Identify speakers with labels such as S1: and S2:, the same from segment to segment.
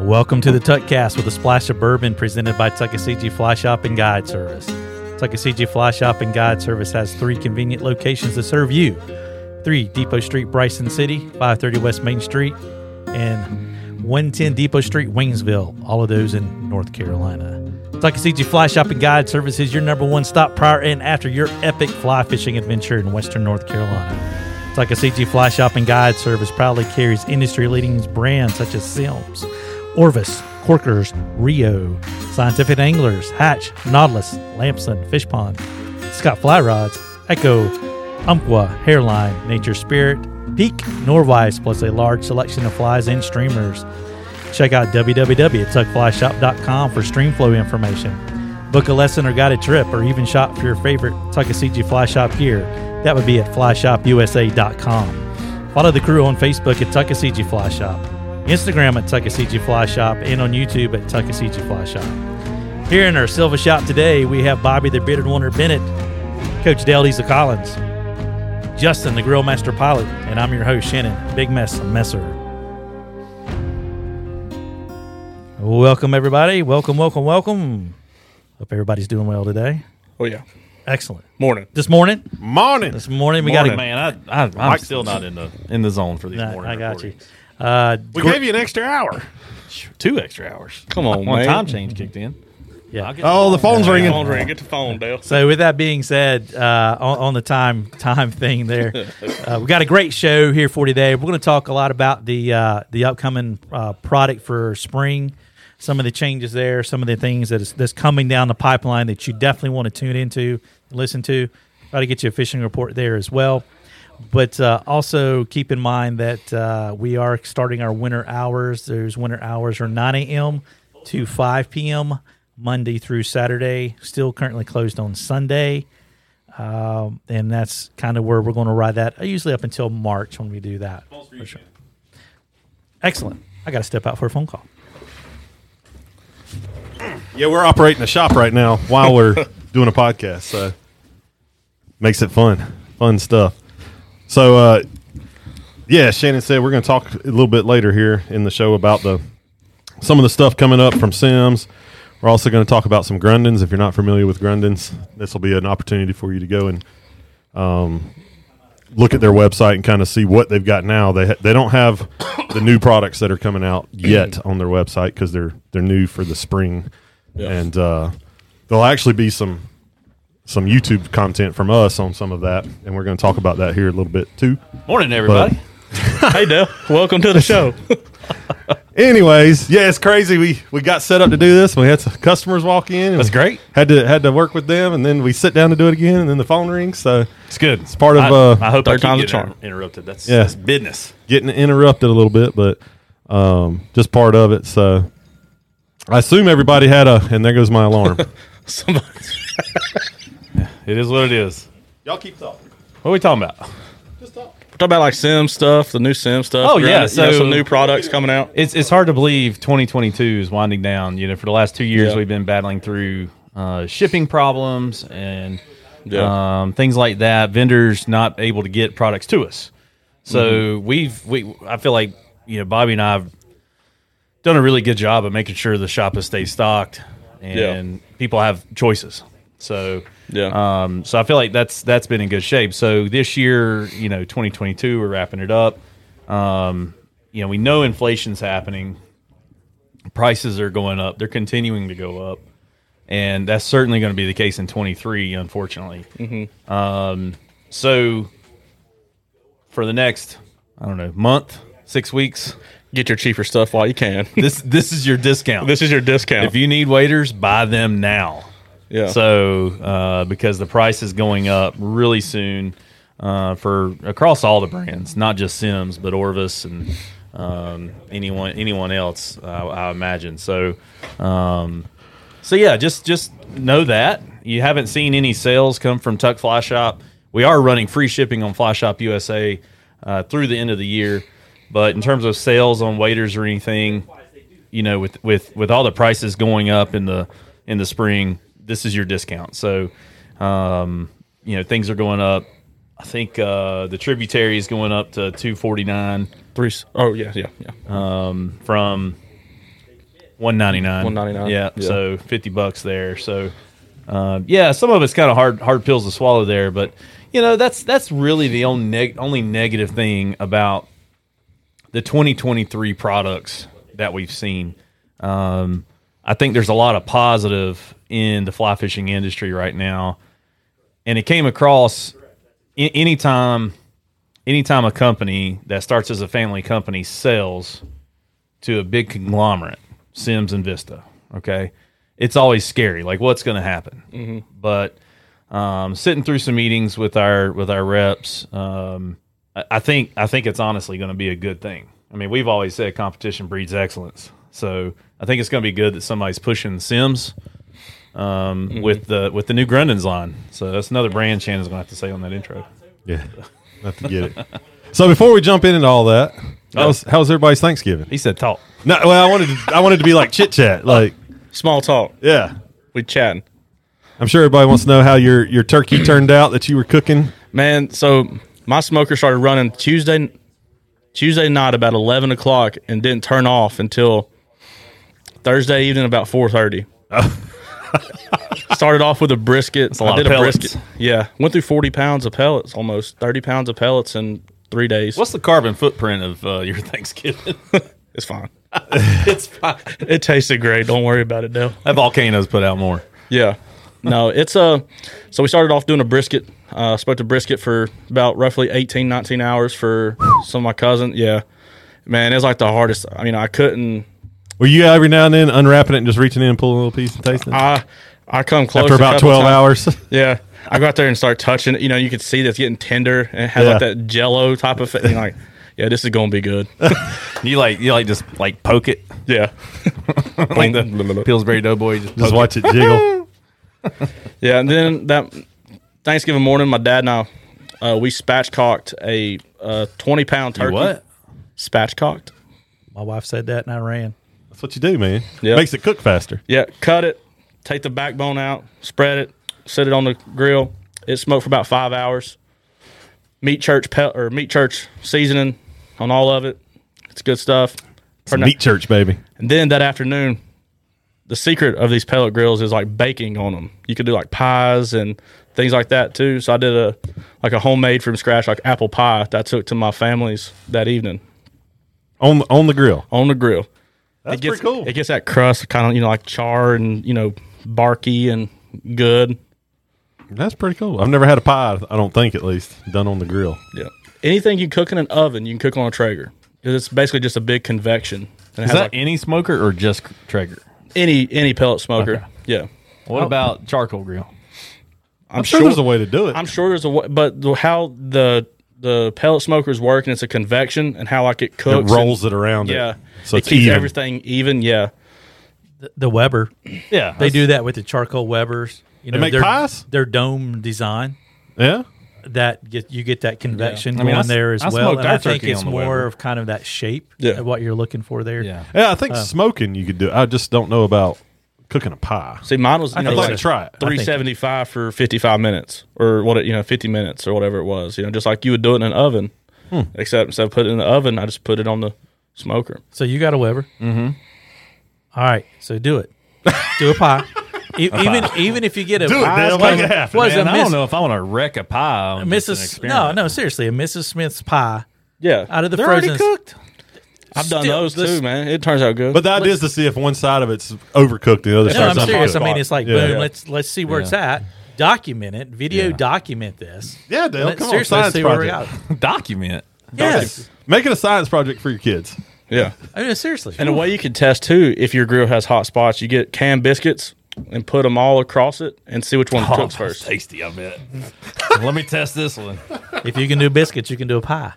S1: Welcome to the Tuckcast with a splash of bourbon presented by Tuckasegee Fly Shop and Guide Service. Tuckasegee Fly Shop and Guide Service has three convenient locations to serve you. Three Depot Street, Bryson City, 530 West Main Street, and 110 Depot Street, Waynesville, all of those in North Carolina. Tuckasegee Fly Shop and Guide Service is your number one stop prior and after your epic fly fishing adventure in Western North Carolina. Tuckasegee Fly Shop and Guide Service proudly carries industry leading brands such as Sims, Orvis, Corkers, Rio, Scientific Anglers, Hatch, Nautilus, Lamson, Fish Pond, Scott Fly Rods, Echo, Umpqua, Hairline, Nature Spirit, Peak, Norwise, plus a large selection of flies and streamers. Check out www.tuckflyshop.com for streamflow information. Book a lesson or guided trip, or even shop for your favorite Tuckasegee Fly Shop gear. That would be at flyshopusa.com. Follow the crew on Facebook at Tuckasegee Fly Shop, Instagram at Tuckasegee Fly Shop, and on YouTube at Tuckasegee Fly Shop. Here in our Silva Shop today, we have Bobby the Bearded Wonder Bennett, Coach Dale Diesel Collins, Justin the Grill Master Pilot, and I'm your host, Shannon, Big Mess Messer. Welcome, everybody. Welcome, welcome, welcome. Hope everybody's doing well today.
S2: Oh yeah,
S1: Excellent.
S2: morning.
S1: This morning,
S2: Morning.
S1: this morning, we got a
S2: Morning.
S3: Man, I, I, I'm
S2: Mike's-
S3: still not in the in the zone for these
S1: Nah,
S3: morning.
S1: I got you.
S3: recordings.
S1: Uh,
S2: We
S1: gr-
S2: gave you an extra hour.
S3: Two extra hours.
S4: Come on,
S3: One
S4: man.
S3: time change kicked in.
S1: Yeah.
S3: I'll get
S4: Oh, the phone's
S2: Ring
S4: ringing.
S2: on, ring. Get the phone, Dale.
S1: so, with that being said, uh, on, on the time time thing there, uh, we got a great show here for today. We're going to talk a lot about the uh, the upcoming uh, product for spring, some of the changes there, some of the things that is that's coming down the pipeline that you definitely want to tune into, listen to. Try to get you a fishing report there as well. But uh, also keep in mind that uh, we are starting our winter hours. Those winter hours are 9 a.m. to 5 p.m. Monday through Saturday. Still currently closed on Sunday. Um, and that's kind of where we're going to ride that, uh, usually up until March when we do that. For sure. Excellent. I got to step out for a phone call.
S4: Yeah, we're operating a shop right now while we're doing a podcast, so makes it fun, fun stuff. So, uh, yeah, Shannon said we're going to talk a little bit later here in the show about the some of the stuff coming up from Sims. We're also going to talk about some Grundins. If you're not familiar with Grundins, this will be an opportunity for you to go and um, look at their website and kind of see what they've got now. They ha- they don't have the new products that are coming out yet on their website because they're they're new for the spring, and uh, there'll actually be some some YouTube content from us on some of that, and we're going to talk about that here a little bit too.
S3: morning, everybody.
S2: hey, Dale. Welcome to the show.
S4: Anyways, yeah, it's crazy. We we got set up to do this. We had some customers walk in.
S3: That's great.
S4: Had to had to work with them, and then we sit down to do it again, and then the phone rings. So
S3: It's good. It's
S4: part of,
S3: I,
S4: uh,
S3: I hope I
S2: third time's
S3: keep
S2: a
S3: getting
S2: charm.
S3: inter- interrupted. That's,
S4: Yeah.
S3: that's business.
S4: getting interrupted a little bit, but um, just part of it. So I assume everybody had a, and there goes my alarm.
S2: Somebody.
S3: It is what it is.
S4: Y'all keep talking.
S3: What are we talking about?
S4: Just talk.
S2: Talk about like Sim stuff, the new Sim stuff.
S3: Oh, yeah,
S2: You know,
S3: so-
S2: some new products coming out.
S3: It's it's hard to believe 2022 is winding down. You know, for the last two years
S2: Yeah.
S3: we've been battling through uh, shipping problems and
S2: Yeah.
S3: um, things like that. Vendors not able to get products to us. So we've we I feel like you know Bobby and I have done a really good job of making sure the shop has stayed stocked and people have choices. So
S2: Yeah.
S3: um, so I feel like that's that's been in good shape. So this year, you know, 2022, we're wrapping it up. Um, you know, we know inflation's happening. Prices are going up. They're continuing to go up, and that's certainly going to be the case in 23, unfortunately. Um, so for the next, I don't know, month, six weeks,
S2: Get your cheaper stuff while you can.
S3: this this is your discount.
S2: this is your discount.
S3: if you need waiters, buy them now.
S2: yeah.
S3: So, uh, because the price is going up really soon uh, for across all the brands, not just Sims, but Orvis and um, anyone anyone else, I, I imagine. So, um, so yeah, just just know that you haven't seen any sales come from Tuck Fly Shop. We are running free shipping on Fly Shop USA uh, through the end of the year, but in terms of sales on waiters or anything, you know, with with with all the prices going up in the in the spring, this is your discount. So, um, you know, things are going up. I think uh, the tributary is going up to two forty nine
S2: three. s- Oh yeah, yeah, yeah.
S3: um, from One ninety nine.
S2: $1.99.
S3: Yeah,
S2: Yeah.
S3: So fifty bucks there. So uh, yeah, some of it's kind of hard hard pills to swallow there, but you know that's that's really the only neg- only negative thing about the 2023 products that we've seen. Um, I think there's a lot of positive in the fly fishing industry right now, and it came across a- anytime anytime a company that starts as a family company sells to a big conglomerate, Sims and Vista. Okay, it's always scary. Like what's going to happen? But um, sitting through some meetings with our with our reps, um, I, I think I think it's honestly going to be a good thing. I mean, we've always said competition breeds excellence, so I think it's going to be good that somebody's pushing Sims. Um, with the with the new Grundon's line, so that's another brand Shannon's gonna have to say on that intro.
S4: Yeah, not to get it. So before we jump into all that,
S3: Oh.
S4: how's, how's everybody's Thanksgiving?
S3: He said, "Talk."
S4: No, well, I wanted to, I wanted to be like chit chat, like
S2: Small talk.
S4: yeah.
S2: We chatting.
S4: I'm sure everybody wants to know how your your turkey turned out that you were cooking.
S2: Man, so my smoker started running Tuesday Tuesday night about eleven o'clock and didn't turn off until Thursday evening about four thirty. started off with a brisket.
S3: a lot
S2: I did
S3: of
S2: a
S3: pellets.
S2: brisket. Yeah. Went through forty pounds of pellets almost. Thirty pounds of pellets in three days.
S3: What's the carbon footprint of uh, your Thanksgiving?
S2: it's fine.
S3: it's fine.
S2: It tasted great. Don't worry about it, Dale.
S3: That volcano's put out more.
S2: Yeah. No, it's uh so we started off doing a brisket. Uh spoke to brisket for about roughly 18, 19 hours for some of my cousin. Yeah. Man, it was like the hardest. I mean, I couldn't
S4: Were you every now and then unwrapping it and just reaching in and pulling a little piece and tasting it?
S2: I I come close
S4: after
S2: a
S4: about
S2: couple
S4: 12
S2: times.
S4: hours?
S2: Yeah. I go out there and start touching it. You know, you could see that's getting tender and it had like
S4: Yeah.
S2: that jello type of thing. Like, yeah, this is gonna be good.
S3: You like you like just like poke it
S2: yeah.
S3: like the Pillsbury Doughboy. Just
S4: Just
S3: poke
S4: watch it jiggle.
S2: Yeah, and then that Thanksgiving morning, my dad and I uh, we spatchcocked a uh, twenty pound
S3: it.
S2: turkey.
S3: What?
S2: Spatchcocked.
S1: My wife said that, and I ran.
S4: That's what you do, man.
S2: Yeah.
S4: Makes it cook faster.
S2: Yeah, cut it, take the backbone out, spread it, set it on the grill. It smoked for about five hours. Meat church pe- or meat church seasoning on all of it. It's good stuff.
S4: It's meat church, baby.
S2: And then that afternoon, the secret of these pellet grills is like baking on them. You could do like pies and things like that too. So I did a like a homemade from scratch like apple pie that I took to my family's that evening
S4: On on the grill.
S2: on the grill.
S4: That's
S2: gets,
S4: pretty cool.
S2: It gets that crust kind of you know like char and you know barky and good.
S4: That's pretty cool. I've never had a pie, I don't think at least, done on the grill.
S2: Yeah. Anything you cook in an oven, you can cook on a Traeger. 'Cause It's basically just a big convection. And it
S3: Is
S2: has
S3: that
S2: like
S3: any smoker or just Traeger? Oh.
S2: any any pellet smoker. Yeah.
S3: What about charcoal grill?
S2: I'm,
S4: I'm sure, there's a way to do it.
S2: I'm sure there's a way, but the, how the the pellet smokers work and it's a convection and how like it
S4: it
S2: cooks
S4: rolls
S2: and-
S4: it around. it.
S2: yeah.
S4: So
S2: it
S4: it's
S2: keeps
S4: even.
S2: everything even. Yeah.
S1: The, the Weber,
S3: Yeah,
S1: they do that with the charcoal Webers. You know,
S4: make
S1: their,
S4: pies?
S1: Their dome design
S4: Yeah.
S1: that get you get that convection
S3: mean, I
S1: going
S3: s-
S1: there as
S3: I
S1: well.
S3: smoked
S1: And
S3: our
S1: I think
S3: turkey
S1: it's
S3: on the
S1: more
S3: Weber.
S1: of kind of that shape
S2: Yeah.
S1: of what you're looking for there.
S3: Yeah.
S4: Yeah, I think smoking you could do. I just don't know about cooking a pie.
S2: See, mine was you know,
S4: I'd like
S2: like
S4: to try it.
S2: three seventy five for fifty five minutes or what it, you know fifty minutes or whatever it was. You know, just like you would do it in an oven.
S4: Hmm.
S2: Except instead of putting it in the oven, I just put it on the smoker.
S1: So you got a Weber. Mm-hmm. right. So do it. Do a pie. E- even even if you get a
S4: Do it,
S1: pie,
S4: Dale.
S1: what-
S4: Make it happen.
S1: what is
S3: Man,
S1: a
S3: I
S1: miss-
S3: don't know if I want to wreck a pie. On just an
S1: Mrs.
S3: experiment.
S1: No, no, seriously, a Mrs. Smith's pie
S2: Yeah,
S1: out of the
S3: they're
S1: frozen.
S3: already cooked.
S2: I've done
S1: still,
S2: those
S1: this-
S2: too, man. It turns out good.
S4: But the idea is to see if one side of it's overcooked, the other
S1: No,
S4: side's
S1: I'm serious. I
S4: uncooked.
S1: mean, it's like
S4: Yeah.
S1: boom.
S4: Yeah.
S1: Let's let's see where it's at. Document it. Video
S3: Yeah.
S1: document this.
S4: Yeah, Dale,
S1: Let's
S4: come on,
S1: seriously
S4: science
S1: see where we're
S4: project.
S1: at.
S3: Document.
S1: Yes.
S4: Make it a science project for your kids.
S2: yeah,
S1: I mean, seriously.
S2: and a way you can test too if your grill has hot spots, you get canned biscuits and put them all across it and see which one
S3: Oh,
S2: cooks
S3: that's
S2: first.
S3: tasty. I bet. Let me test this one.
S1: if you can do biscuits, you can do a pie.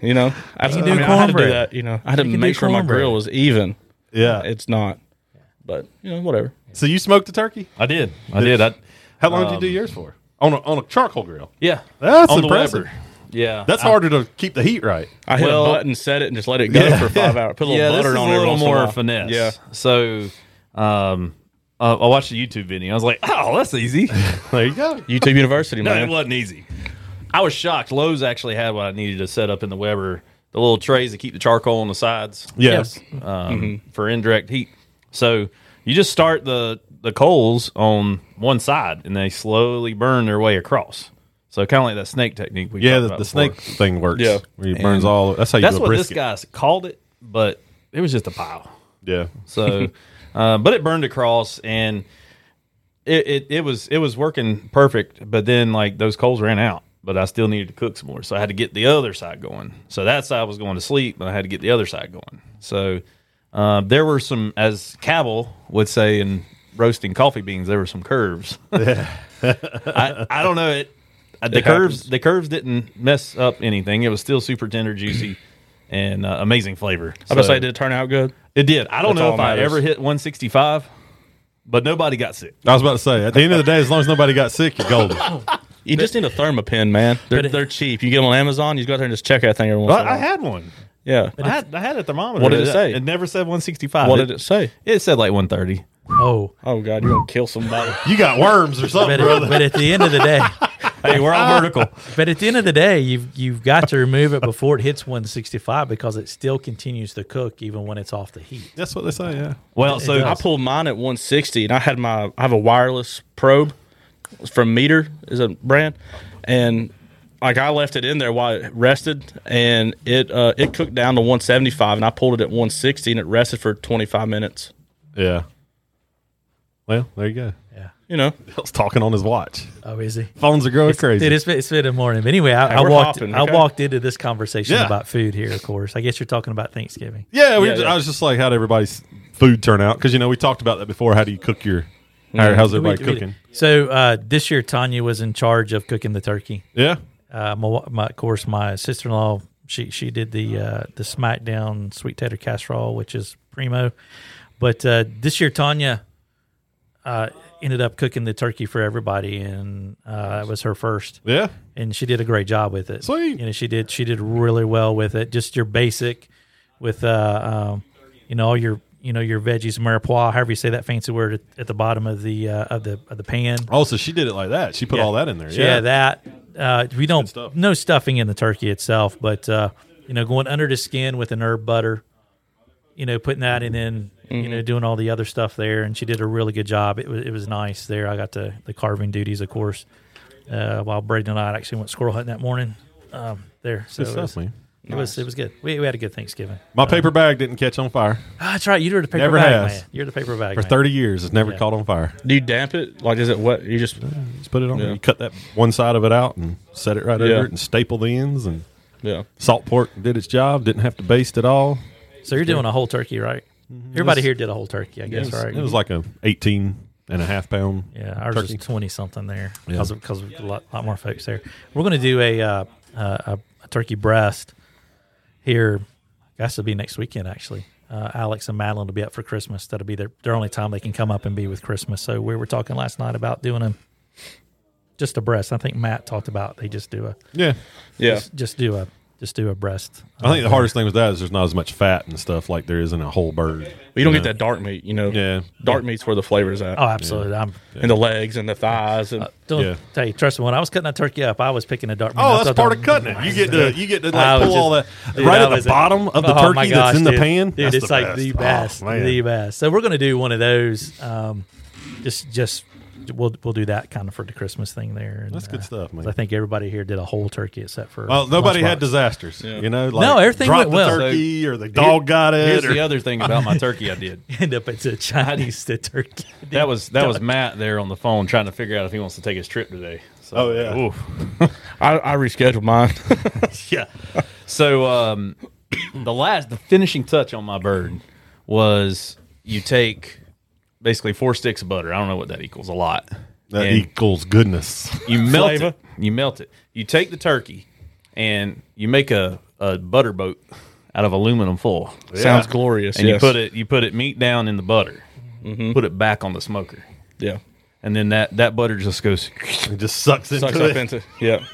S2: You know, I,
S1: do
S2: you Uh, I, mean, I had to do
S1: cornbread.
S2: that. You know, I had to
S1: You can
S2: make
S1: do
S2: sure my
S1: cornbread.
S2: grill was even.
S4: Yeah.
S2: It's not, but you know, whatever.
S4: so you smoked the turkey?
S3: I did. I did. I,
S4: How long did you do yours for? On a, on a charcoal grill.
S3: yeah.
S4: Um, That's
S3: on the
S4: impressive.
S3: Weber. Yeah.
S4: That's harder to keep the heat right.
S2: I hit
S3: Well-
S2: a button, set it, and just let it go for five hours. Put a little butter
S3: this is
S2: on
S3: a
S2: it.
S3: little
S2: once in
S3: more
S2: while.
S3: finesse.
S2: Yeah,
S3: So, um, uh, I watched a YouTube video. I was like, oh, that's easy.
S4: There you go.
S2: YouTube University,
S3: no, it
S2: man.
S3: wasn't easy. I was shocked. Lowe's actually had what I needed to set up in the Weber the little trays that keep the charcoal on the sides
S4: Yes.
S3: um, for indirect heat. So you just start the the coals on one side, and they slowly burn their way across. So kind of like that snake technique. We
S4: Yeah,
S3: talked
S4: the,
S3: about
S4: the
S3: before.
S4: snake thing works.
S2: Yeah.
S4: Where it burns all. That's how you
S3: That's
S4: do a
S3: what
S4: brisket.
S3: this guy's called it, but it was just a pile.
S4: yeah.
S3: So, uh, but it burned across, and it, it it was it was working perfect. But then like those coals ran out, but I still needed to cook some more, so I had to get the other side going. So that side was going to sleep, but I had to get the other side going. So uh, there were some, as Cabell would say, in roasting coffee beans, there were some curves. I, I don't know it. uh, The curves
S2: happens.
S3: the curves didn't mess up anything. It was still super tender, juicy, and uh, amazing flavor.
S2: I'm gonna
S3: So-
S2: say it did turn out good.
S3: it did. I don't
S2: That's
S3: know
S2: all
S3: if
S2: that
S3: I
S2: matters.
S3: ever hit 165, but nobody got sick.
S4: I was about to say. At the end of the day, as long as nobody got sick, you're golden.
S2: You just need a thermopin, man. They're,
S1: it-
S2: they're cheap. You get them on Amazon. You just go out there and just check that thing every once in a while.
S3: had one.
S2: yeah.
S3: I had, I had a thermometer.
S2: What did it say?
S3: It never said 165.
S2: What did it say?
S3: It said like 130.
S1: Oh,
S2: Oh God, you're gonna kill somebody.
S4: you got worms or something,
S1: but,
S4: brother.
S1: at, but at the end of the day,
S3: Hey, we're all vertical.
S1: but at the end of the day, you've you've got to remove it before it hits 165 because it still continues to cook even when it's off the heat.
S4: That's what they say. Yeah.
S3: Well,
S1: It
S3: so
S2: I
S1: does.
S2: pulled mine at 160, and I had my I have a wireless probe It's from Meter is a brand, and like I left it in there while it rested, and it uh, it cooked down to 175, and I pulled it at 160, and it rested for 25 minutes.
S4: Yeah. Well, there you go.
S1: Yeah.
S2: You know,
S4: I was talking on his watch.
S1: Oh, is he?
S4: Phones are growing crazy.
S1: Dude, it's been, it's been a morning. But anyway, I,
S2: Hey,
S1: I
S2: we're
S1: walked
S2: hopping,
S1: I
S2: okay?
S1: walked into this conversation
S4: Yeah.
S1: about food here. Of course, I guess you're talking about Thanksgiving.
S4: Yeah, we
S2: Yeah,
S4: ju-
S2: yeah.
S4: I was just like, how'd everybody's food turn out? Because you know we talked about that before. How do you cook your? How, how's
S1: We-
S4: everybody
S1: we-
S4: cooking?
S1: So uh, this year, Tanya was in charge of cooking the turkey.
S4: Yeah,
S1: Uh, my, my, of course, my sister in law she she did the uh, the SmackDown sweet tater casserole, which is primo. But uh, this year, Tanya uh, ended up cooking the turkey for everybody, and uh, it was her first,
S4: yeah,
S1: and she did a great job with it.
S4: Sweet.
S1: you know, she did she did really well with it. Just your basic with uh, um, you know all your. You know your veggies, mirepoix, however you say that fancy word, at, at the bottom of the uh, of the of the pan.
S4: Oh, so she did it like that. She put all that in there.
S1: So, yeah,
S4: yeah,
S1: that uh, we don't
S4: stuff.
S1: no stuffing in the turkey itself, but uh, you know, going under the skin with an herb butter, you know, putting that and then you
S4: Mm-hmm.
S1: know doing all the other stuff there, and she did a really good job. It was it was nice there. I got to the carving duties, of course, uh, while Braden and I actually went squirrel hunting that morning. Um, there, so
S4: Good
S1: it,
S4: stuff,
S1: was,
S4: man.
S1: it was it was good. We, we had a good Thanksgiving.
S4: My paper bag didn't catch on fire
S1: Ah, that's right. You were the paper
S4: Never
S1: bag
S4: has.
S1: man. You're the paper bag
S4: for
S1: man.
S4: thirty years. It's never caught on fire.
S2: do you damp it? Like, is it wet? You just
S4: Just put it on. there.
S2: Yeah.
S4: You cut that one side of it out and set it right
S2: Yeah.
S4: over it and staple the ends and
S2: yeah.
S4: salt pork did its job. Didn't have to baste at all.
S1: So you're doing a whole turkey, right? Everybody
S4: It was-
S1: here did a whole turkey, I guess,
S4: Mm-hmm. it was,
S1: right?
S4: It was like a 18 and a half pound.
S1: Yeah, ours
S4: turkey.
S1: was twenty something there
S4: Yeah.
S1: because because a lot, lot more folks there. We're going to do a, uh, uh, a a turkey breast here. Guess it'll be next weekend actually. Uh, Alex and Madeline will be up for Christmas. That'll be their their only time they can come up and be with Christmas. So we were talking last night about doing a just a breast. I think Matt talked about they just do a
S4: Yeah.
S2: Yeah.
S1: just, just do a just do a breast. Um,
S4: I think the hardest thing with that is there's not as much fat and stuff like there is in a whole bird.
S2: But you don't
S4: Yeah.
S2: get that dark meat, you know.
S4: Yeah.
S2: Dark meat's where the flavor's at.
S1: Oh, absolutely. I'm
S2: and the legs and the thighs and
S1: don't
S4: Yeah.
S1: tell you. Trust me, when I was cutting that turkey up, I was picking a dark. I
S4: Oh, that's
S1: thought
S4: part
S1: that-
S4: of cutting it. You get to you get to
S1: I
S4: like
S1: was
S4: pull all that
S1: just- dude,
S4: right
S1: I
S4: at
S1: was
S4: the bottom of the
S1: oh my
S4: turkey that's
S1: gosh,
S4: in the
S1: dude.
S4: pan.
S1: Dude,
S4: That's
S1: it's
S4: the
S1: like the best,
S4: Oh, man.
S1: the best. So we're gonna do one of those. Um, just, just we'll we'll do that kind of for the Christmas thing there. And,
S4: That's good
S1: uh,
S4: stuff, man.
S1: I think everybody here did a whole turkey except for.
S4: Well, nobody had
S1: Lunchbox.
S4: disasters.
S2: Yeah.
S4: You know, like
S1: No, everything
S4: dropped
S1: went well.
S4: The turkey or the dog got
S3: Here's
S4: it. Or,
S3: the other thing about my turkey I did.
S1: End up it's a Chinese to turkey.
S3: That was that was Matt there on the phone trying to figure out if he wants to take his trip today. So,
S4: Oh, yeah.
S3: Oof.
S2: I, I rescheduled mine.
S3: yeah. So um, the last, the finishing touch on my bird was you take basically four sticks of butter. I don't know what that equals. A lot.
S4: that
S3: And
S4: equals goodness.
S3: you melt
S2: flavor.
S3: it. You melt it. You take the turkey and you make a a butter boat out of aluminum foil,
S2: Sounds glorious.
S3: and
S2: yes.
S3: you put it you put it meat down in the butter, put it back on the smoker,
S2: Yeah.
S3: and then that that butter just goes.
S4: It just sucks into
S2: Sucks
S4: it.
S2: up into yeah.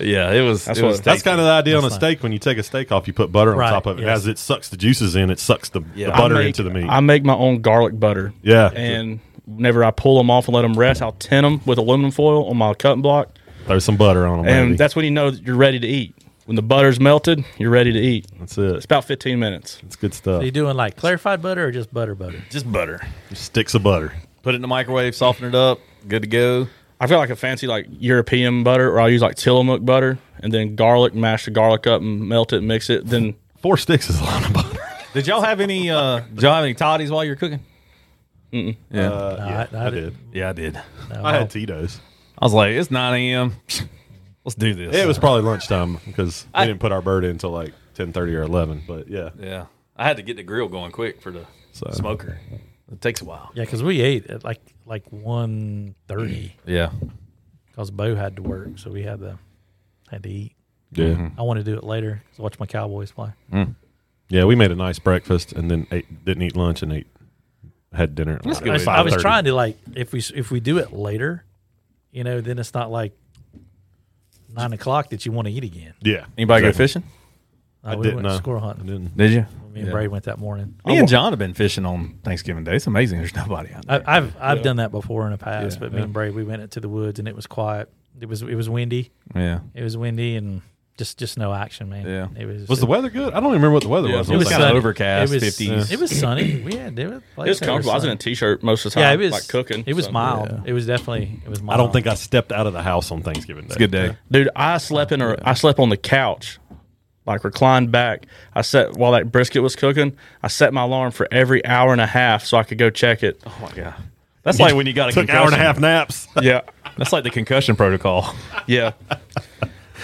S3: Yeah, it was.
S2: That's
S3: it
S2: what-
S3: was
S4: That's
S3: tasty.
S4: kind of the idea on a steak. When you take a steak off, you put butter on
S1: Right,
S4: top of it.
S1: yes.
S4: As it sucks the juices in, it sucks the, the
S3: Yeah.
S4: butter
S2: I make-
S4: into the meat.
S2: I make my own garlic butter.
S4: Yeah.
S2: And whenever I pull them off and let them rest, I'll tin them with aluminum foil on my cutting block,
S4: Throw some butter on them.
S2: and that's when you know that you're ready to eat. When the butter's melted, you're ready to eat.
S4: That's
S2: It's
S4: it.
S2: about 15 minutes.
S4: It's good stuff.
S1: Are you doing like clarified butter or just butter butter?
S3: Just butter.
S4: Sticks of butter.
S3: Put it in the microwave, soften it up. Good to go.
S2: I've got like a fancy like European butter, or I'll use like Tillamook butter, and then garlic, mash the garlic up and melt it, mix it. Then
S4: Four sticks is a lot of butter.
S3: Did y'all have any? Uh, did y'all have any toddies while you were cooking? Mm-mm. Yeah,
S4: Uh,
S1: No,
S4: yeah,
S1: I- I
S4: I,
S1: did-
S4: did.
S3: yeah, I did.
S4: I had Tito's.
S3: I was like, it's 9 a.m. Let's do this.
S4: It was probably lunchtime because we didn't put our bird in until like ten thirty or eleven. But yeah,
S3: Yeah, I had to get the grill going quick for the
S4: So-
S3: smoker. It takes a while.
S1: Yeah, because we ate at like like one thirty
S3: Yeah,
S1: because Bo had to work, so we had to had to eat.
S4: yeah,
S1: I want to do it later. 'cause watch my Cowboys play.
S4: yeah. We made a nice breakfast and then ate, didn't eat lunch and ate had dinner. At
S3: That's
S1: I
S3: It
S1: was,
S3: was
S1: I was
S4: 5:30.
S1: trying to like if we if we do it later, you know, then it's not like nine o'clock that you want to eat again.
S4: Yeah.
S3: anybody go
S4: Exactly.
S3: fishing?
S1: Uh,
S4: I
S1: we
S4: didn't
S1: went
S4: know.
S1: score
S4: I
S1: hunting.
S4: didn't.
S3: Did you?
S1: Me and Bray went that morning.
S3: Me and John have been fishing on Thanksgiving Day. It's amazing. There's nobody out
S1: I,
S3: there.
S1: I've I've done that before in the past,
S3: Yeah,
S1: but me and Bray we went into the woods and it was quiet. It was it was windy.
S3: yeah,
S1: It was windy and just just no action, man.
S3: Yeah.
S1: It was
S4: Was the weather good? I don't even remember what the weather
S2: Yeah,
S4: was.
S2: it
S4: on
S3: was kinda
S4: Thanksgiving.
S1: sunny.
S3: overcast,
S1: It was,
S3: 50s.
S1: It was sunny. We had dude,
S2: it was comfortable. I was in a t-shirt most of the
S1: yeah,
S2: time.
S1: it was
S2: like cooking.
S1: It was
S2: so.
S1: mild. It was definitely it was mild.
S4: I don't think I stepped out of the house on Thanksgiving Day.
S3: it's a good day.
S2: Dude, I slept in a I slept on the couch, like reclined back. I set while that brisket was cooking. I set my alarm for every hour and a half so I could go check it.
S3: Oh my god, that's like when you got a
S4: Took
S3: concussion.
S4: hour and a half naps.
S2: Yeah,
S3: That's like the concussion protocol.
S2: yeah.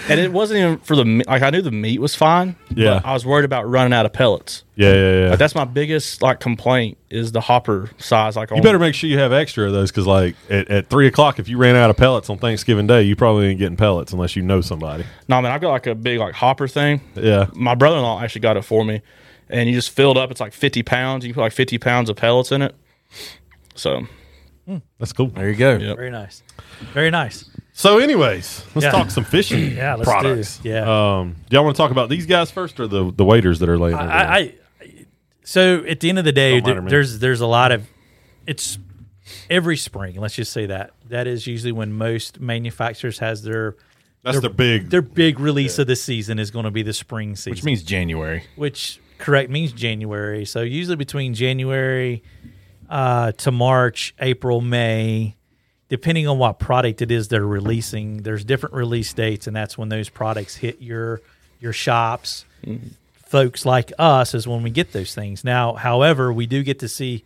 S2: and it wasn't even for the me- like I knew the meat was fine.
S4: Yeah.
S2: but I was worried about running out of pellets.
S4: Yeah, yeah, yeah.
S2: But that's my biggest like complaint is the hopper size. Like on,
S4: You better make sure you have extra of those because, like, at, at three o'clock, if you ran out of pellets on Thanksgiving Day, you probably ain't getting pellets unless you know somebody.
S2: no man, I've got like a big like hopper thing.
S4: Yeah,
S2: My brother in law actually got it for me, and you just fill it up. It's like fifty pounds. You put like fifty pounds of pellets in it. So
S4: that's cool.
S3: There you go.
S2: Yep.
S1: very nice, very nice.
S4: So, anyways, let's
S1: Yeah.
S4: talk some fishing
S1: Yeah, let's
S4: products.
S1: do. Yeah.
S4: um, do y'all want to talk about these guys first or the the waiters that are laying? over
S1: I,
S4: there?
S1: I, I so at the end of the day,
S4: Don't matter,
S1: there-
S4: man.
S1: there's there's a lot of it's every spring. Let's just say that that is usually when most manufacturers has their
S4: that's the big.
S1: their big release of the season is going to be the spring season,
S3: Which means January.
S1: which correct means January. So usually between January uh, to March, April, May, depending on what product it is they're releasing, there's different release dates, and that's when those products hit your your shops. Folks like us is when we get those things. Now, however, we do get to see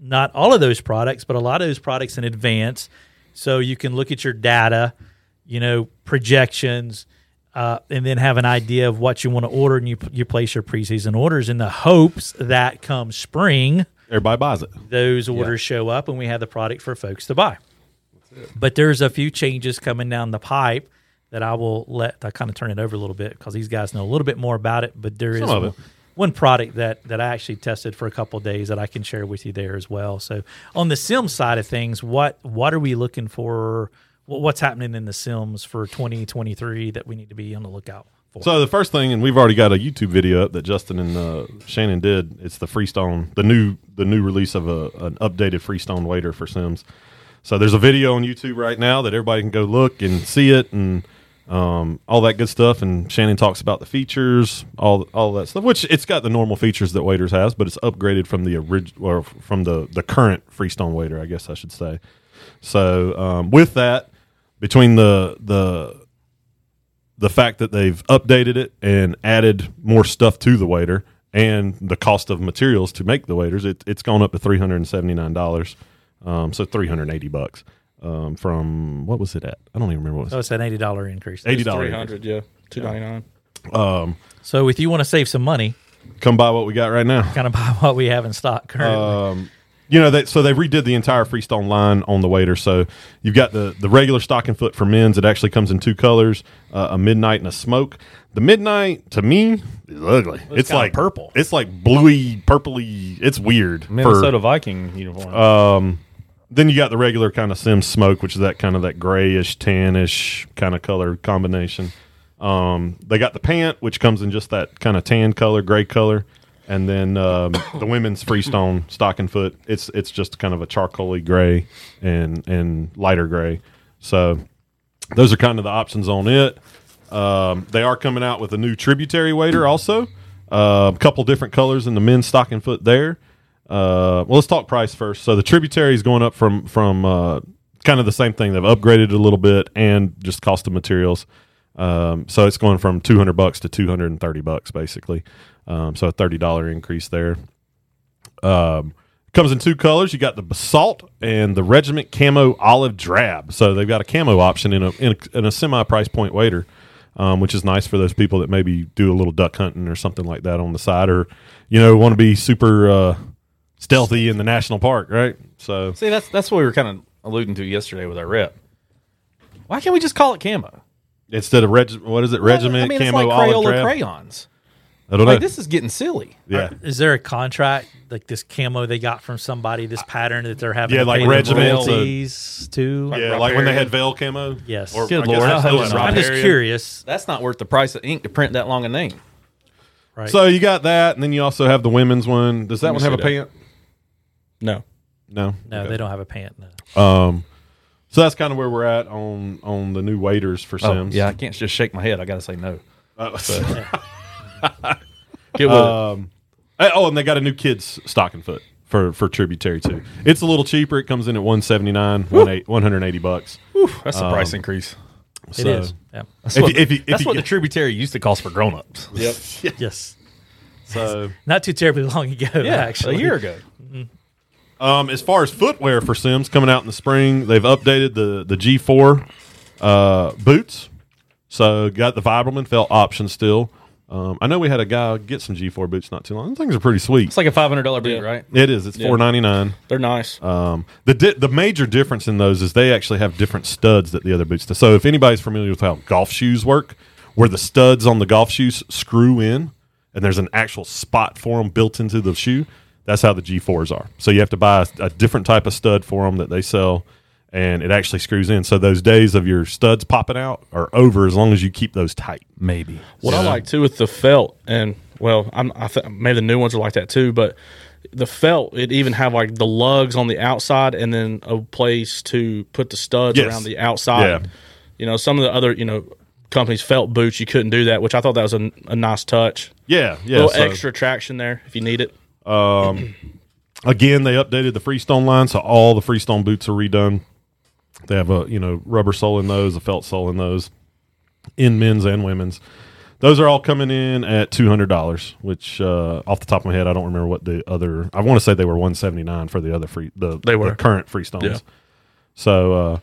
S1: not all of those products, but a lot of those products in advance. So you can look at your data, you know, projections, uh, and then have an idea of what you want to order, and you you place your preseason orders in the hopes that come spring
S4: everybody buys it.
S1: those orders show up and we have the product for folks to buy. But there's a few changes coming down the pipe that I will let I kind of turn it over a little bit because these guys know a little bit more about it. But there is
S4: Some of
S1: one,
S4: it.
S1: one product that that I actually tested for a couple of days that I can share with you there as well. So on the Sims side of things, what what are we looking for? What- What's happening in the Sims for 2023 that we need to be on the lookout for?
S4: So the first thing, and we've already got a YouTube video up that Justin and uh, Shannon did. It's the Freestone, the new the new release of a an updated Freestone waiter for Sims. So there's a video on YouTube right now that everybody can go look and see it and um, all that good stuff. And Shannon talks about the features, all all that stuff, which it's got the normal features that waiters has, but it's upgraded from the original or from the the current Freestone waiter, I guess I should say. So um, with that, between the the the fact that they've updated it and added more stuff to the waiter and the cost of materials to make the waiters, it, it's gone up to three hundred and seventy nine dollars, um, so three hundred eighty bucks um, from what was it at? I don't even remember what it
S1: so
S4: was.
S1: it's an eighty dollar increase.
S4: Eighty
S2: three
S4: dollars.
S2: hundred, yeah, two ninety nine.
S1: So if you want to save some money,
S4: Come buy what we got right now.
S1: kind of buy what we have in stock currently.
S4: Um, you know, they, so they redid the entire Freestone line on the waiter. So you've got the the regular stocking foot for men's. It actually comes in two colors, uh, a midnight and a smoke. The midnight to me is ugly. It's,
S3: kinda
S4: like
S3: purple.
S4: It's like bluey, purpley. It's weird. for-
S3: Minnesota Viking uniform.
S4: Uh, then you got the regular kind of sim smoke which is that kind of that grayish tannish kind of color combination um, they got the pant which comes in just that kind of tan color gray color and then um, the women's freestone stocking foot it's it's just kind of a charcoaly gray and and lighter gray so those are kind of the options on it Um, they are coming out with a new tributary waiter also. Uh, a couple different colors in the men's stocking foot there. Uh, well, let's talk price first. So the tributary is going up from from uh, kind of the same thing. They've upgraded it a little bit and just cost of materials. Um, so it's going from 200 bucks to 230 bucks basically. Um, so a $30 increase there. Um, comes in two colors. You got the basalt and the regiment camo olive drab. So they've got a camo option in a in a, in a semi price point waiter, um, which is nice for those people that maybe do a little duck hunting or something like that on the side, or you know want to be super uh, stealthy in the national park, right? So
S3: See, that's that's what we were kind of alluding to yesterday with our rep. Why can't we just call it camo?
S4: instead of reg, what is it? Regiment
S3: I mean,
S4: camo
S3: it's like
S4: olive
S3: Crayola
S4: drab.
S3: crayons.
S4: I don't know.
S3: Like this is getting silly.
S4: yeah.
S1: Is there a contract like this camo they got from somebody? This pattern that they're having,
S4: Yeah,
S1: to
S4: like
S1: pay them
S4: regimental-
S1: royalties to.
S4: yeah, like when they had veil camo.
S1: Yes.
S4: Or-
S3: Good
S4: I guess
S3: Lord,
S4: that's
S3: I hope
S4: still in
S3: not.
S1: I'm just
S4: Rotarian.
S1: curious.
S3: That's not worth the price of ink to print that long a name.
S1: Right.
S4: So you got that, and then you also have the women's one. Does that
S2: Let
S4: one
S2: me
S4: have a
S2: see
S4: pant?
S2: No.
S4: No.
S1: no, they don't have a pant. No.
S4: Um, so that's kind of where we're at on on the new waiters for
S3: Oh,
S4: Sims.
S3: yeah, I can't just shake my head. I got to say no.
S4: Uh,
S2: Get with it.
S3: Uh,
S4: um, eh, oh, and they got a new kids stocking foot for for tributary too. It's a little cheaper. It comes in at 179 180 bucks.
S2: Whew, that's the price
S3: Um,
S2: increase.
S1: It is. Yeah.
S3: That's
S4: If
S3: what,
S4: you- if you- if
S3: that's
S4: you
S3: what
S4: get-
S3: the tributary used to cost for grown-ups.
S2: Yep.
S1: Yes.
S4: So,
S1: Not too terribly long ago.
S3: Yeah,
S1: actually,
S3: a year ago.
S4: um, as far as footwear for Sims coming out in the spring, they've updated the the G4 uh, boots. So got the Viberman felt option still. Um, I know we had a guy get some G4 boots not too long. Those things are pretty sweet.
S3: It's like a five hundred dollar boot, right?
S4: It is. It's
S2: Yeah.
S4: four ninety nine.
S2: They're nice.
S4: Um, the di- the major difference in those is they actually have different studs that the other boots do. So if anybody's familiar with how golf shoes work, where the studs on the golf shoes screw in, and there's an actual spot for them built into the shoe, that's how the G4s are. So you have to buy a, a different type of stud for them that they sell, and it actually screws in. So those days of your studs popping out are over as long as you keep those tight.
S3: Maybe.
S2: What I like too with the felt, and well, I'm, I th- maybe the new ones are like that too, but the felt it even have like the lugs on the outside, and then a place to put the studs
S4: Yes.
S2: around the outside.
S4: Yeah.
S2: You know, some of the other you know companies felt boots you couldn't do that, which I thought that was a, a nice touch.
S4: Yeah,
S2: a
S4: yeah.
S2: little
S4: so-
S2: extra traction there if you need it.
S4: Again, they updated the Freestone line, so all the Freestone boots are redone. They have a you know rubber sole in those, a felt sole in those, in men's and women's. Those are all coming in at two hundred dollars, which uh, off the top of my head, I don't remember what the other. I want to say they were one seventy nine for the other free. The
S2: They were.
S4: the current Freestones.
S2: Yeah.
S4: So, a uh,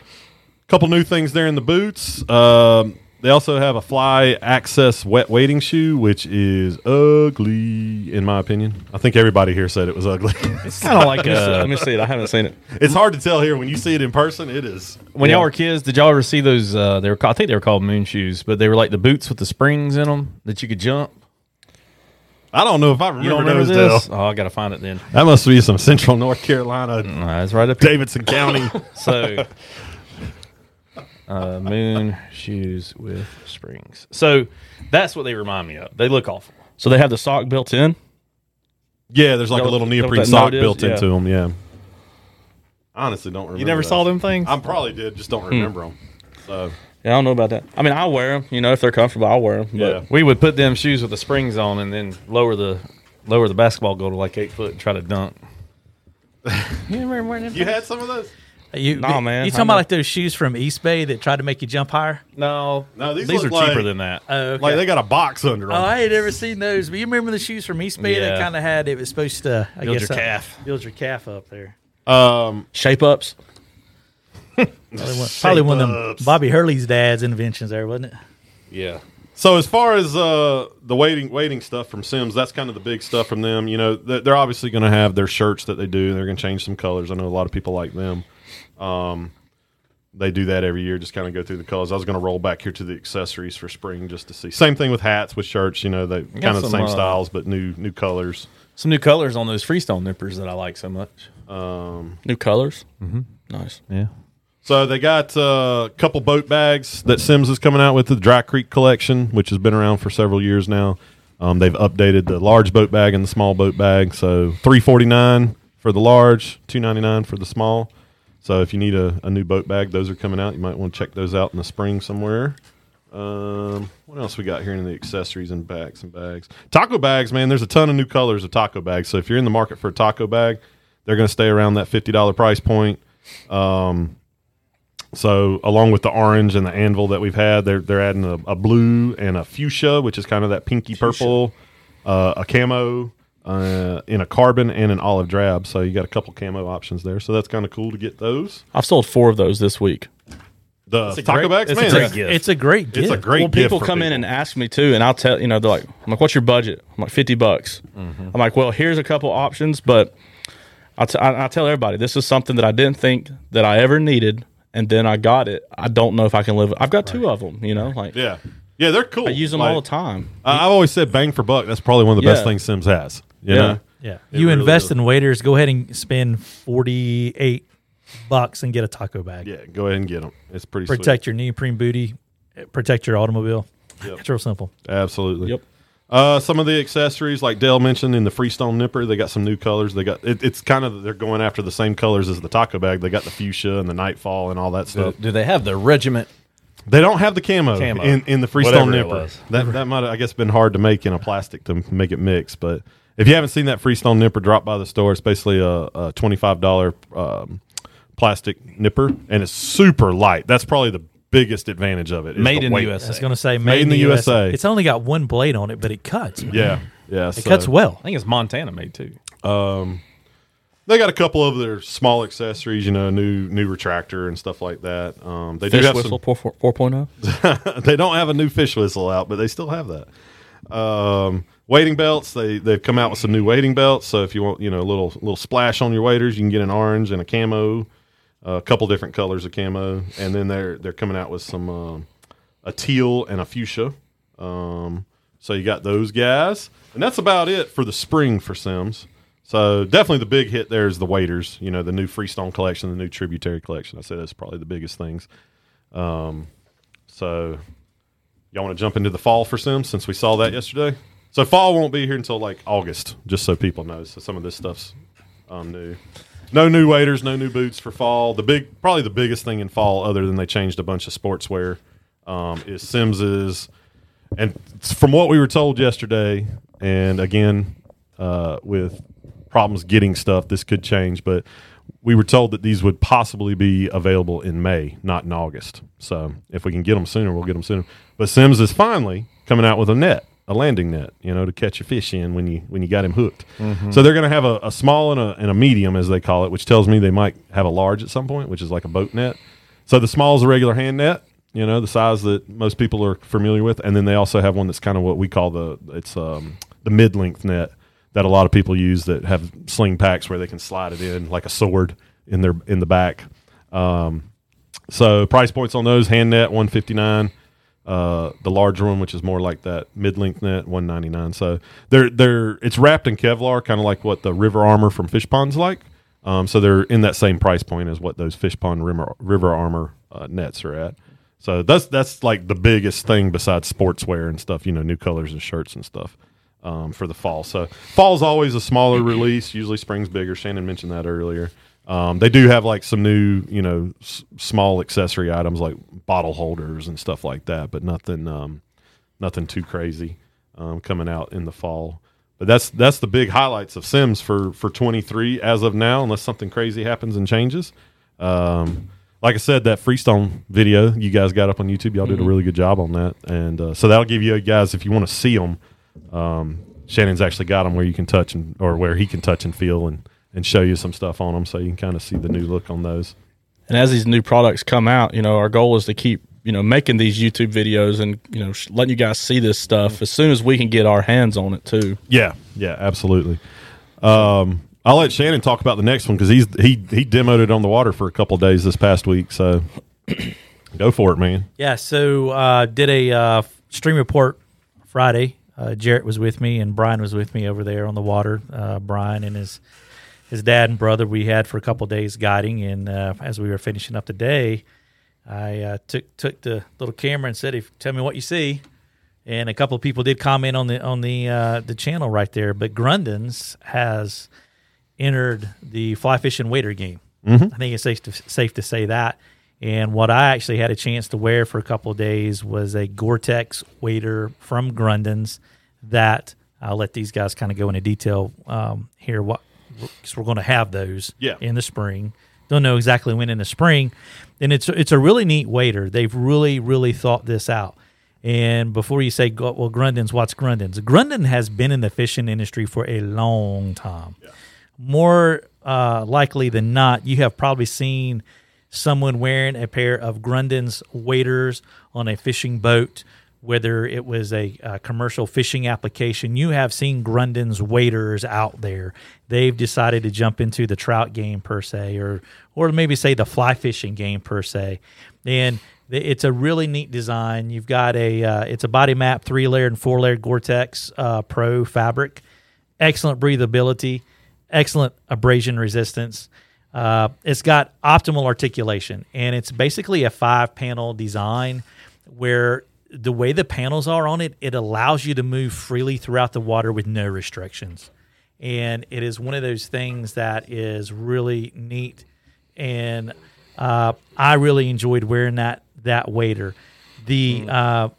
S4: couple new things there in the boots. Um, they also have a Fly Access wet wading shoe, which is ugly in my opinion. I think everybody here said it was ugly.
S3: It's kind of like
S2: Let
S3: uh,
S2: me see it. I haven't seen it.
S4: It's hard to tell here when you see it in person. It is.
S3: when
S2: Yeah.
S3: y'all were kids. Did y'all ever see those? Uh, they were called, I think they were called moon shoes, but they were like the boots with the springs in them that you could jump.
S4: I don't know if I
S3: You
S4: remember,
S3: don't remember
S4: those.
S3: this?
S4: Dale.
S3: Oh, I gotta find it then.
S4: That must be some Central North Carolina,
S3: Uh, it's right up here.
S4: Davidson County.
S3: So, uh, moon shoes with springs. So that's what they remind me of. They look awful.
S2: So they have the sock built in.
S4: yeah, there's like
S2: Don't-
S4: a little
S2: don't
S4: neoprene
S2: that
S4: sock
S2: note is?
S4: built
S2: Yeah.
S4: into them. Yeah. Honestly, don't remember.
S3: You never
S4: that.
S3: saw them Hmm. things?
S4: I probably did, just don't remember them. So
S2: Yeah, I don't know about that. I mean, I wear them. You know, if they're comfortable, I wear them. But
S4: yeah,
S3: we would put them shoes with the springs on and then lower the lower the basketball goal to like eight foot and try to dunk. you remember wearing them?
S4: you had some of those.
S1: You,
S2: Nah, man.
S1: You talking
S2: I'm
S1: about
S2: not-
S1: like those shoes from East Bay that tried to make you jump higher?
S3: No,
S4: No, these
S3: these, are
S4: look like-
S3: cheaper than that.
S1: Oh,
S2: Uh,
S1: okay.
S4: Like they got a box under them.
S1: Oh, I had never seen those. But you remember the shoes from East Bay that
S3: Yeah.
S1: kind of had it was supposed to I
S3: Build
S1: guess
S3: your
S1: uh,
S3: calf.
S1: build your calf up there.
S4: um,
S2: shape ups.
S1: Probably one, probably one of them
S4: ups.
S1: Bobby Hurley's dad's inventions there, wasn't it?
S3: yeah,
S4: So as far as uh, the waiting waiting stuff from Sims, that's kind of the big stuff from them. You know, they're, they're obviously going to have their shirts that they do. They're going to change some colors. I know a lot of people like them. Um, they do that every year, just kind of go through the colors. I was going to roll back here to the accessories for spring just to see. Same thing with hats, with shirts. You know, they kind of the
S3: some,
S4: same
S3: uh,
S4: styles, but new new colors.
S3: some new colors on those freestone nippers that I like so much.
S2: New colors. Mm-hmm. Nice.
S3: Yeah,
S4: So they got uh, a couple boat bags that Sims is coming out with the Dry Creek collection, which has been around for several years now. Um, they've updated the large boat bag and the small boat bag. So three forty nine for the large, two ninety nine for the small. So if you need a, a new boat bag, those are coming out. You might want to check those out in the spring somewhere. Um, what else we got here in the accessories and bags and bags? Taco bags, man. There's a ton of new colors of taco bags. So if you're in the market for a taco bag, they're going to stay around that fifty dollar price point. Um, so along with the orange and the anvil that we've had, they're they're adding a, a blue and a fuchsia, which is kind of that pinky purple, uh, a camo uh, in a carbon and an olive drab. So you got a couple camo options there. So that's kind of cool to get those.
S2: I've sold four of those this week.
S4: The
S2: a
S4: taco
S2: great-
S4: bags,
S3: it's a
S4: man,
S3: great
S4: that's-
S3: gift.
S1: It's a great gift.
S4: it's a great
S2: well,
S4: gift
S2: people
S4: for
S2: come in
S4: people.
S2: and ask me too, and I'll tell you know they're like, I'm like, what's your budget? I'm like, fifty bucks.
S3: Mm-hmm.
S2: I'm like, well, here's a couple options, but I, t- I, I tell everybody this is something that I didn't think that I ever needed, and then I got it. I don't know if I can live. I've got two of them, you know, like
S4: yeah, yeah, they're cool.
S2: I use them
S4: Like,
S2: all the time.
S4: I- I've always said bang for buck. That's probably one of the best
S2: Yeah.
S4: things Sims has. You
S2: Yeah.
S4: know?
S1: Yeah.
S4: It
S1: you
S4: really
S1: invest
S4: does.
S1: in waiters, go ahead and spend 48 bucks and get a taco bag.
S4: Yeah, go ahead and get them. It's pretty sweet.
S1: Protect your neoprene booty, eh, protect your automobile. It's real simple.
S4: Absolutely.
S2: Yep.
S4: Uh, some of the accessories, like Dale mentioned in the Freestone Nipper, they got some new colors. They got it, it's kind of they're going after the same colors as the taco bag. They got the fuchsia and the nightfall and all that
S3: Do,
S4: stuff.
S3: do they have the regiment?
S4: They don't have the camo,
S3: Camo.
S4: in in
S3: Whatever
S4: the Freestone
S3: it
S4: Nipper.
S3: was.
S4: That that might have, I guess been hard to make in a plastic to make it mix. But if you haven't seen that Freestone Nipper, drop by the store. It's basically a, a twenty five dollar um, plastic nipper, and it's super light. That's probably the biggest advantage of it. is
S3: Made in the
S4: weight.
S3: USA.
S1: I was going to say made,
S4: in the USA.
S1: It's only got one blade on it, but it cuts. man.
S4: Yeah, yeah.
S1: It cuts well.
S3: I think it's Montana made too.
S4: They got a couple of their small accessories, you know, new new retractor and stuff like that. Um, they do
S2: Fish
S4: have
S2: whistle four four four point oh.
S4: some. They don't have a new fish whistle out, but they still have that. Um, wading belts. They they've come out with some new wading belts. So if you want, you know, a little little splash on your waders, you can get an orange and a camo, uh, a couple different colors of camo, and then they're they're coming out with some um, a teal and a fuchsia. Um, so you got those guys, and that's about it for the spring for Sims. So definitely the big hit there is the waiters. You know, the new Freestone collection, the new Tributary collection. I said that's probably the biggest things. Um, so y'all want to jump into the fall for Sims since we saw that yesterday. So fall won't be here until like August, just so people know. So some of this stuff's um, new. No new waders, no new boots for fall. The big, probably the biggest thing in fall, other than they changed a bunch of sportswear, um, is Sims's. And from what we were told yesterday, and again, uh, with problems getting stuff, this could change. But we were told that these would possibly be available in May, not in August. So if we can get them sooner, we'll get them sooner. But Sims is finally coming out with a net, a landing net, you know, to catch your fish in when you when you got him hooked. So they're going to have a, a small and a, and a medium, as they call it, which tells me they might have a large at some point, which is like a boat net. So the small is a regular hand net, you know, the size that most people are familiar with, and then they also have one that's kind of what we call the it's um, the mid length net that a lot of people use that have sling packs where they can slide it in like a sword in their in the back. Um, so price points on those hand net one fifty nine. Uh, the larger one, which is more like that mid-length net, one ninety nine. So they're they're it's wrapped in Kevlar, kind of like what the river armor from fish ponds like. Um, so they're in that same price point as what those fish pond river, river armor uh, nets are at. So that's that's like the biggest thing besides sportswear and stuff. You know, new colors and shirts and stuff um, for the fall. So fall's always a smaller release. Usually spring's bigger. Shannon mentioned that earlier. Um, they do have like some new, you know, s- small accessory items like bottle holders and stuff like that, but nothing, um, nothing too crazy um, coming out in the fall. But that's that's the big highlights of Sims for for 23 as of now, unless something crazy happens and changes. Um, like I said, that Freestone video you guys got up on YouTube, y'all did a really good job on that, and uh, so that'll give you guys if you want to see them. Um, Shannon's actually got them where you can touch and or where he can touch and feel and and show you some stuff on them, so you can kind of see the new look on those.
S2: And as these new products come out, you know, our goal is to keep, you know, making these YouTube videos and, you know, sh- letting you guys see this
S4: Mm-hmm.
S2: stuff as soon as we can get our hands on it too.
S4: Yeah, yeah, absolutely. Um, I'll let Shannon talk about the next one because he's he he demoed it on the water for a couple of days this past week. So go for it, man.
S1: Yeah, so uh, did a uh, stream report Friday. Uh, Jarrett was with me, and Brian was with me over there on the water. Uh, Brian and his his dad and brother we had for a couple days guiding, and uh, as we were finishing up the day, I uh, took took the little camera and said, "If tell me what you see." And a couple of people did comment on the on the uh, the channel right there, but Grundon's has entered the fly fishing waiter game. I think it's safe to, safe to say that. And what I actually had a chance to wear for a couple of days was a Gore-Tex waiter from Grundon's. That I'll let these guys kind of go into detail um, here. What because we're going to have those
S4: Yeah.
S1: in the spring. Don't know exactly when in the spring, and it's it's a really neat waiter. They've really really thought this out. And before you say, "Go- well, Grundon's, what's Grundon's? Grundon has been in the fishing industry for a long time. More uh, likely than not, you have probably seen someone wearing a pair of Grundon's waders on a fishing boat, whether it was a, uh commercial fishing application. You have seen Grundon's waders out there. They've decided to jump into the trout game per se, or or maybe say the fly fishing game per se, and. th- It's a really neat design. You've got a uh, it's a body map, three layer and four layer Gore-Tex uh, Pro fabric, excellent breathability, excellent abrasion resistance. Uh, it's got optimal articulation, and it's basically a five panel design where the way the panels are on it, it allows you to move freely throughout the water with no restrictions. And it is one of those things that is really neat. And uh, I really enjoyed wearing that that wader. The uh,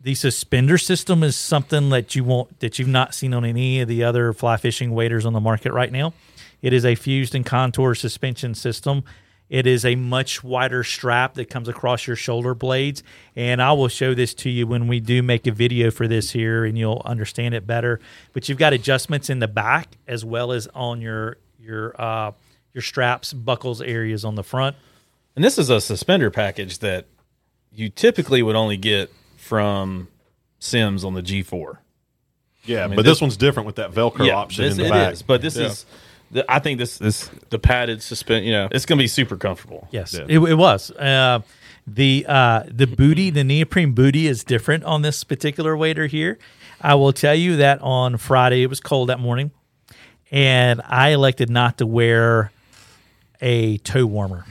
S1: the suspender system is something that you won't that you've not seen on any of the other fly fishing waders on the market right now. It is a fused and contour suspension system. It is a much wider strap that comes across your shoulder blades, and I will show this to you when we do make a video for this here, and you'll understand it better. But you've got adjustments in the back as well as on your your uh, your straps, buckles areas on the front.
S3: And this is a suspender package that you typically would only get from Sims on the G4.
S4: Yeah,
S3: mean,
S4: but
S3: this-
S4: this, one's different with that Velcro option
S3: this,
S4: in the
S3: it
S4: back.
S3: is, but this
S2: Yeah.
S3: is, the, I think this this
S2: The padded suspend, you know.
S3: it's going to be super comfortable.
S1: Yes,
S4: Yeah.
S1: it, it was. Uh, the uh, the booty, the neoprene booty, is different on this particular waiter here. I will tell you that on Friday it was cold that morning, and I elected not to wear a toe warmer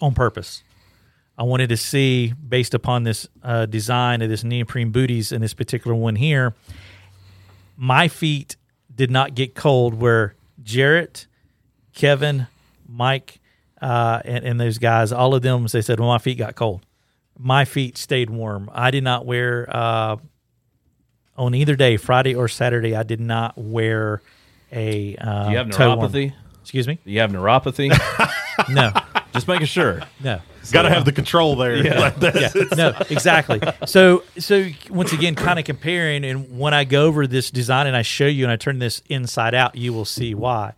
S1: on purpose. I wanted to see, based upon this uh, design of this neoprene booties and this particular one here, my feet did not get cold where Jarrett, Kevin, Mike, uh, and, and those guys, all of them, they said, well, my feet got cold. My feet stayed warm. I did not wear, uh, on either day, Friday or Saturday, I did not wear a uh,
S3: Do you have
S1: toe warmer.
S3: neuropathy?
S1: Excuse me?
S3: Do you have neuropathy?
S1: No,
S3: Just making sure.
S1: no.
S4: Got to have the control there. Like that.
S1: yeah, no, exactly. So, so once again, kind of comparing, and when I go over this design and I show you and I turn this inside out, you will see why.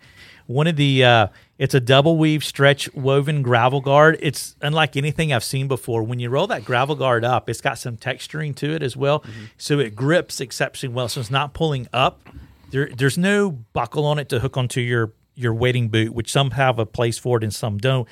S1: One of the, uh, it's a double weave stretch woven gravel guard. It's unlike anything I've seen before. When you roll that gravel guard up, it's got some texturing to it as well, so it grips exceptionally well. So it's not pulling up. There, there's no buckle on it to hook onto your your wading boot, which some have a place for it and some don't.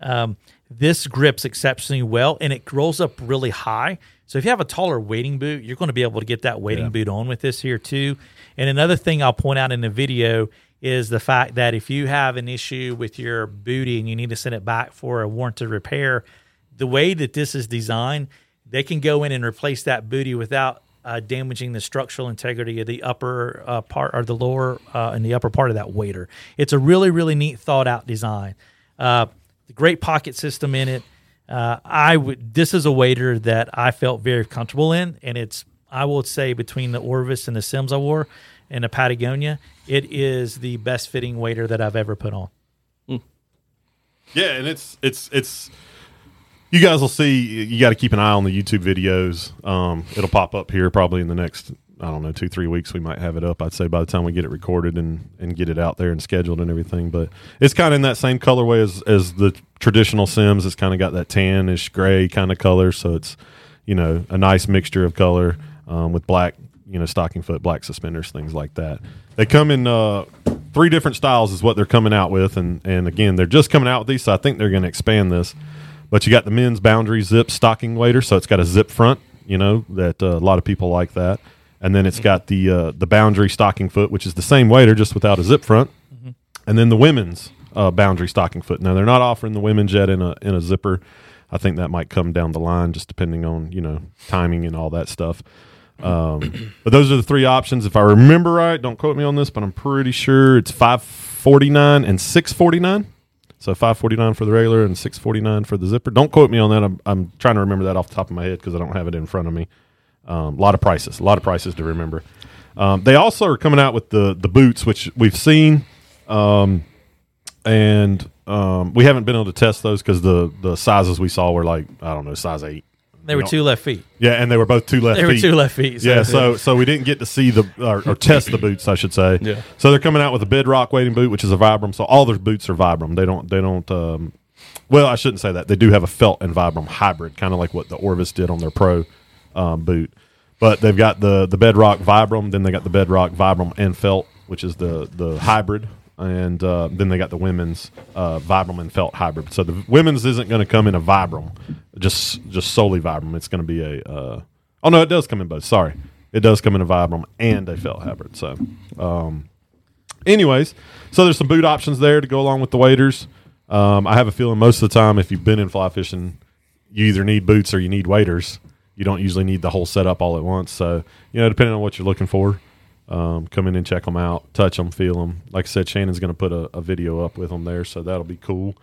S1: Um, this grips exceptionally well and it rolls up really high. So if you have a taller wading boot, you're going to be able to get that wading boot on with this here too. And another thing I'll point out in the video is the fact that if you have an issue with your booty and you need to send it back for a warranted repair, the way that this is designed, they can go in and replace that booty without uh, damaging the structural integrity of the upper uh, part or the lower uh, and the upper part of that wader. It's a really, really neat thought out design. Uh, the great pocket system in it. Uh, I would. This is a wader that I felt very comfortable in, and it's. I will say between the Orvis and the Sims I wore, and the Patagonia, it is the best fitting wader that I've ever put on.
S4: Yeah, and it's it's it's. You guys will see. You got to keep an eye on the YouTube videos. Um, it'll pop up here probably in the next I don't know two three weeks. We might have it up. I'd say by the time we get it recorded and and get it out there and scheduled and everything. But it's kind of in that same colorway as as the traditional Sims. It's kind of got that tannish gray kind of color. So it's you know a nice mixture of color um, with black you know stocking foot black suspenders things like that they come in uh, three different styles is what they're coming out with and and again they're just coming out with these so i think they're going to expand this but you got the men's boundary zip stocking waiter so it's got a zip front you know that uh, a lot of people like that and then it's got the uh, the boundary stocking foot which is the same waiter just without a zip front and then the women's uh, boundary stocking foot. Now they're not offering the women's yet in a in a zipper. I think that might come down the line, just depending on you know timing and all that stuff. Um, but those are the three options, if I remember right. Don't quote me on this, but I'm pretty sure it's five forty nine and six forty nine. So five forty nine for the regular and six forty nine for the zipper. Don't quote me on that. I'm, I'm trying to remember that off the top of my head because I don't have it in front of me. A lot of prices, a lot of prices to remember. Um, they also are coming out with the the boots, which we've seen, um, and um, we haven't been able to test those because the the sizes we saw were like I don't know size eight.
S1: They were
S4: Nope.
S1: two left feet.
S4: Yeah, and they were both two left.
S1: They were
S4: feet.
S1: two left feet.
S4: Yeah, so so we didn't get to see the or, or test the boots, I should say.
S2: Yeah.
S4: So they're coming out with a bedrock wading boot, which is a Vibram. So all their boots are Vibram. They don't they don't. Um, well, I shouldn't say that. They do have a felt and Vibram hybrid, kind of like what the Orvis did on their Pro um, boot. But they've got the the bedrock Vibram, then they got the bedrock Vibram and felt, which is the the hybrid. And uh, then they got the women's uh, Vibram and felt hybrid. So the women's isn't going to come in a Vibram, just just solely Vibram. It's going to be a uh, Oh no, it does come in both. Sorry, it does come in a Vibram and a felt hybrid. So, um, anyways, so there's some boot options there to go along with the waders. Um, I have a feeling most of the time, if you've been in fly fishing, you either need boots or you need waders. You don't usually need the whole setup all at once. So, you know, depending on what you're looking for, um, come in and check them out, touch them, feel them. Like I said, Shannon's going to put a, a video up with them there, so that'll be cool.